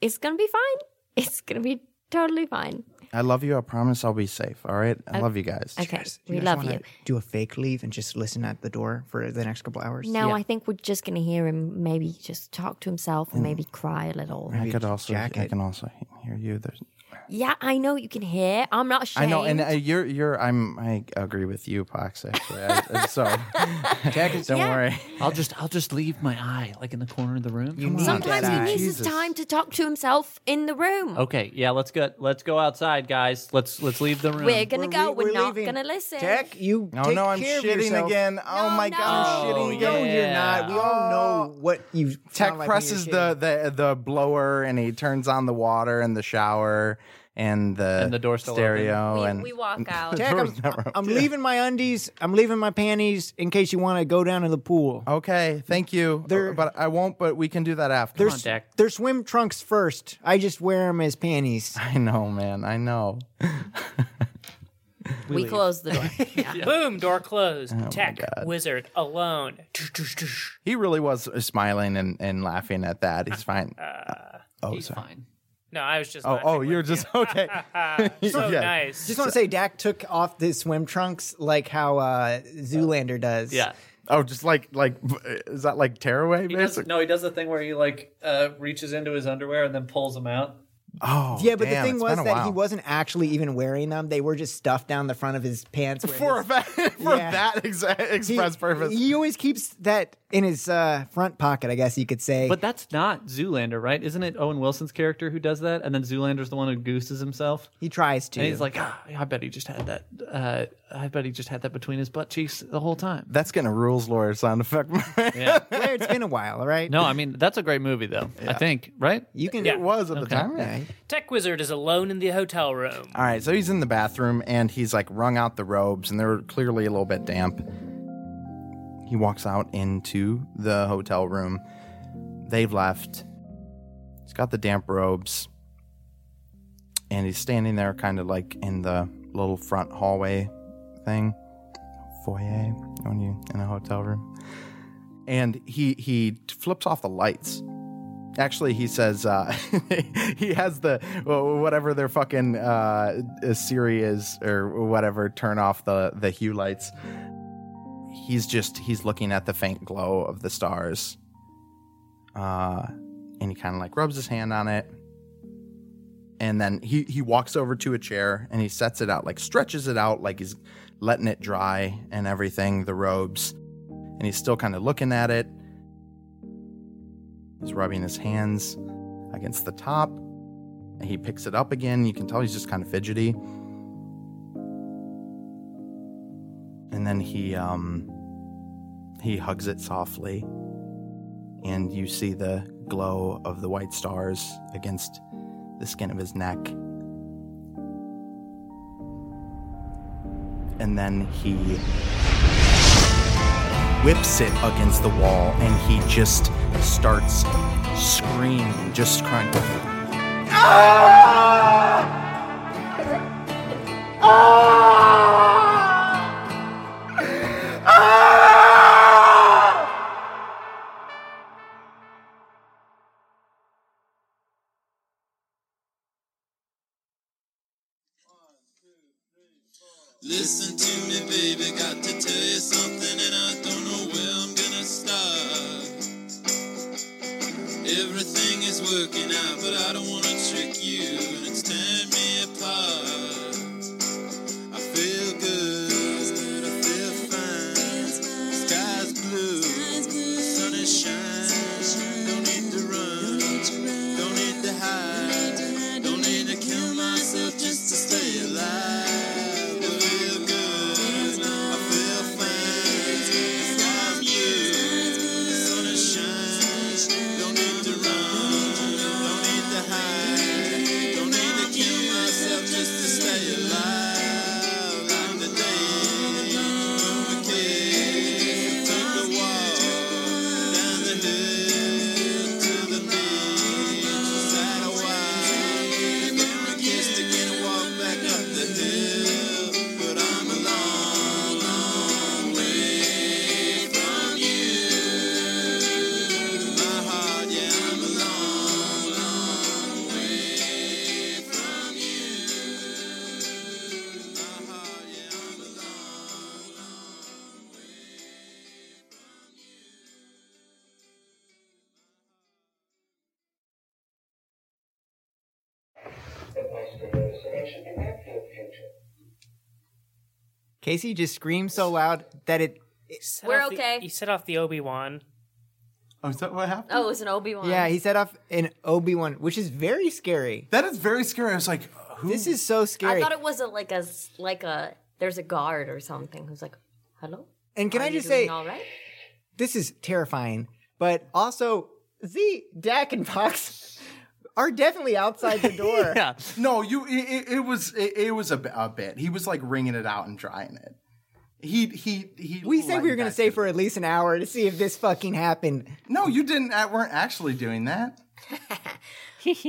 it's gonna be fine. It's gonna be totally fine. I love you. I promise I'll be safe. All right. I love you guys. Okay, Do we guys love wanna you. Do a fake leave and just listen at the door for the next couple hours. No, Yeah. I think we're just gonna hear him maybe just talk to himself and maybe cry a little. I could also. I jacket. can also hear you. There's. Yeah, I know you can hear. I'm not ashamed. I know, and uh, you're you're. I'm. I agree with you, Pox. Actually, I, I- so don't Yeah. worry. I'll just I'll just leave my eye like in the corner of the room. You need Sometimes that he eye. needs Jesus. his time to talk to himself in the room. Okay, yeah, let's go let's go outside, guys. Let's let's leave the room. We're gonna go. We're, we're not leaving. gonna listen. Tech, you Oh, No, take no, I'm care of shitting yourself. again. Oh No, my no. god, I'm Oh, shitting yeah. again. Oh. No, you're not. We all know what you sound Tech like when presses you're the, shitting. the the blower and he turns on the water and the shower and the And the door's still stereo We, and we walk out. Tech, I'm, I'm leaving my undies. I'm leaving my panties in case you want to go down to the pool. okay, thank you. There- but I won't. But we can do that after. They're, on, Tech. they're swim trunks first. I just wear them as panties. I know, man. I know. we close the door. Yeah. Boom, door closed. Tech, Oh God. wizard, alone. He really was smiling and, and laughing at that. He's fine. oh, Uh, He's sorry. fine. No, I was just. Oh, laughing oh, with you're you. just okay. so yeah. nice. Just want to say, Dak took off his swim trunks like how uh, Zoolander does. Yeah. Oh, just like like is that like tearaway? He does, Basically? no, he does the thing where he like uh, reaches into his underwear and then pulls them out. Oh, Yeah, but damn, the thing it's was been a that he while. wasn't actually even wearing them. They were just stuffed down the front of his pants. where for his- a fa- for Yeah. that exact express purpose. He always keeps that in his uh, front pocket, I guess you could say. But that's not Zoolander, right? Isn't it Owen Wilson's character who does that? And then Zoolander's the one who gooses himself. he tries to. And he's like, ah, I bet he just had that. Uh, I bet he just had that between his butt cheeks the whole time. That's gonna rules lawyer sound effect. Yeah. Blair, it's been a while, all right? no, I mean that's a great movie though. I think right. You can. It was at the time. yeah. Tech wizard is alone in the hotel room. All right, so he's in the bathroom and he's like wrung out the robes and they're clearly a little bit damp. He walks out into the hotel room. They've left. He's got the damp robes. And he's standing there kind of like in the little front hallway thing. Foyer when you in a hotel room. And he he flips off the lights. Actually, he says uh, he has the wh- whatever their fucking uh, Siri is or whatever turn off the the hue lights. He's just he's looking at the faint glow of the stars, uh, and he kind of like rubs his hand on it, and then he he walks over to a chair and he sets it out like stretches it out like he's letting it dry and everything the robes, and he's still kind of looking at it. He's rubbing his hands against the top. And he picks it up again. You can tell he's just kind of fidgety. And then he um he hugs it softly. And you see the glow of the white stars against the skin of his neck. And then he whips it against the wall and he just starts screaming, just crying. Listen to me, baby, got to tell you something, and I don't know where I'm gonna start. Everything is working out, but I don't wanna trick you, and it's tearing me apart. I feel good, I feel fine. Sky's blue, the sun is shining. Don't need to run, don't need to hide, don't need to kill myself just to stay alive. I feel good, I feel fine. I'm you, the sun is shining. Don't need to run, don't need to hide, don't need situation in their fu- future. Casey just screamed so loud that it. Set We're off the- okay. He set off the Obi Wan. Oh, is that what happened? Oh, it was an Obi Wan. Yeah, he set off an Obi Wan, which is very scary. That is very scary. I was like, who? This is so I scary. thought it was a, like a s- like a there's a guard or something who's like, hello. and can Are I you just doing say, all right? this is terrifying, but also Z, Dak, and Fox are definitely outside the door. yeah. No, you. It, it- it was. It, it was a, bi- a bit. He was like wringing it out and drying it. He he he. We said we were going to lightened stay that for at least an hour to see if this fucking happened. shit. No, you didn't. uh, Weren't actually doing that.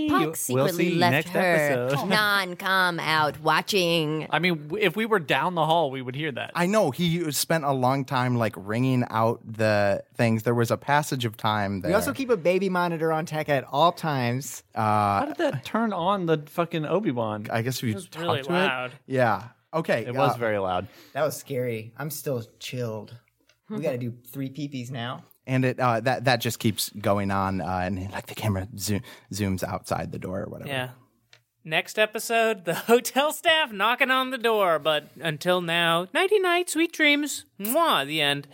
Puck secretly left her non-com out watching. I mean, w- if we were down the hall, we would hear that. I know he spent a long time like wringing out the things. There was a passage of time there. We also keep a baby monitor on tech at all times. How did that turn on the fucking Obi Wan? I guess we talked Really to loud. it. Yeah. Okay. It was uh, very loud. That was scary. I'm still chilled. We got to do three peepees now. and it uh, that that just keeps going on, uh, and like the camera zo- zooms outside the door or whatever. Yeah. Next episode, the hotel staff knocking on the door, but until now, nighty night, sweet dreams. Mwah, the end.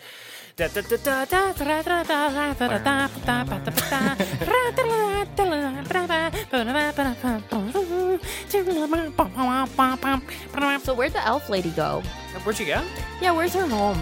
So where'd the elf lady go? Where'd you go? Yeah, where's her home?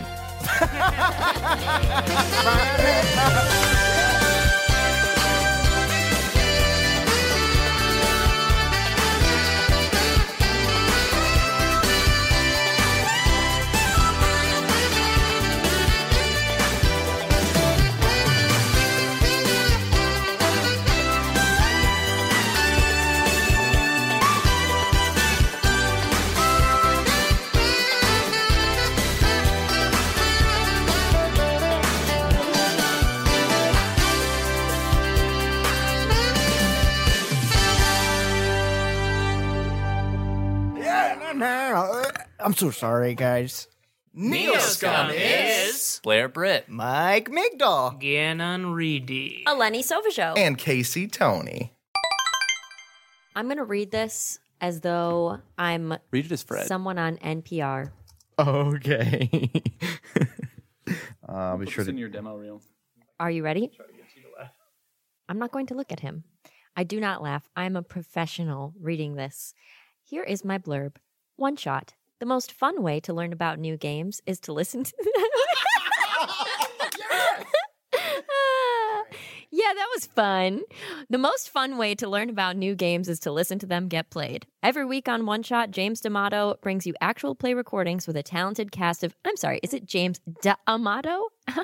I'm so sorry, guys. Neoscum is Blair Britt. Mike Migdal. Gannon Reedy. Eleni Sovasho. And Casey Tony. I'm gonna read this as though I'm Read it as Fred. someone on NPR. Okay. I'll be sure It's in your demo reel. Are you ready? I'm not going to look at him. I do not laugh. I'm a professional reading this. Here is my blurb. One shot. The most fun way to learn about new games is to listen to yeah, that was fun. The most fun way to learn about new games is to listen to them get played. Every week on One Shot, James D'Amato brings you actual play recordings with a talented cast of. I'm sorry, is it James D'Amato?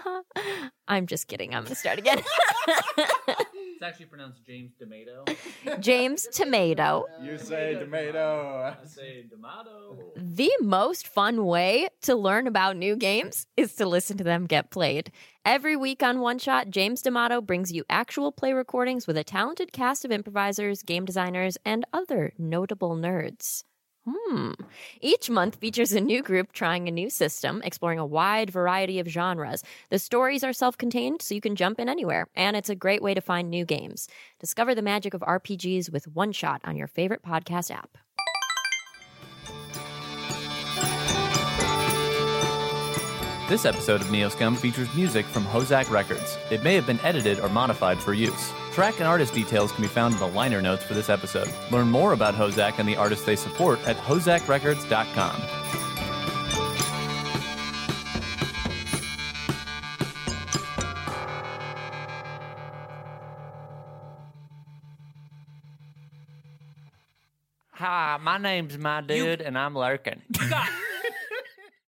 I'm just kidding. I'm going to start again. It's actually pronounced James Tomato. James Tomato. You say tomato. Say Tomato. The most fun way to learn about new games is to listen to them get played. Every week on One Shot, James D'Amato brings you actual play recordings with a talented cast of improvisers, game designers, and other notable nerds. Hmm. Each month features a new group trying a new system, exploring a wide variety of genres. The stories are self contained, so you can jump in anywhere, and it's a great way to find new games. Discover the magic of RPGs with One Shot on your favorite podcast app. This episode of Neoscum features music from Hozak Records. It may have been edited or modified for use. Track and artist details can be found in the liner notes for this episode. Learn more about Hozak and the artists they support at hozakrecords.com. Hi, my name's my dude, and I'm lurking. You got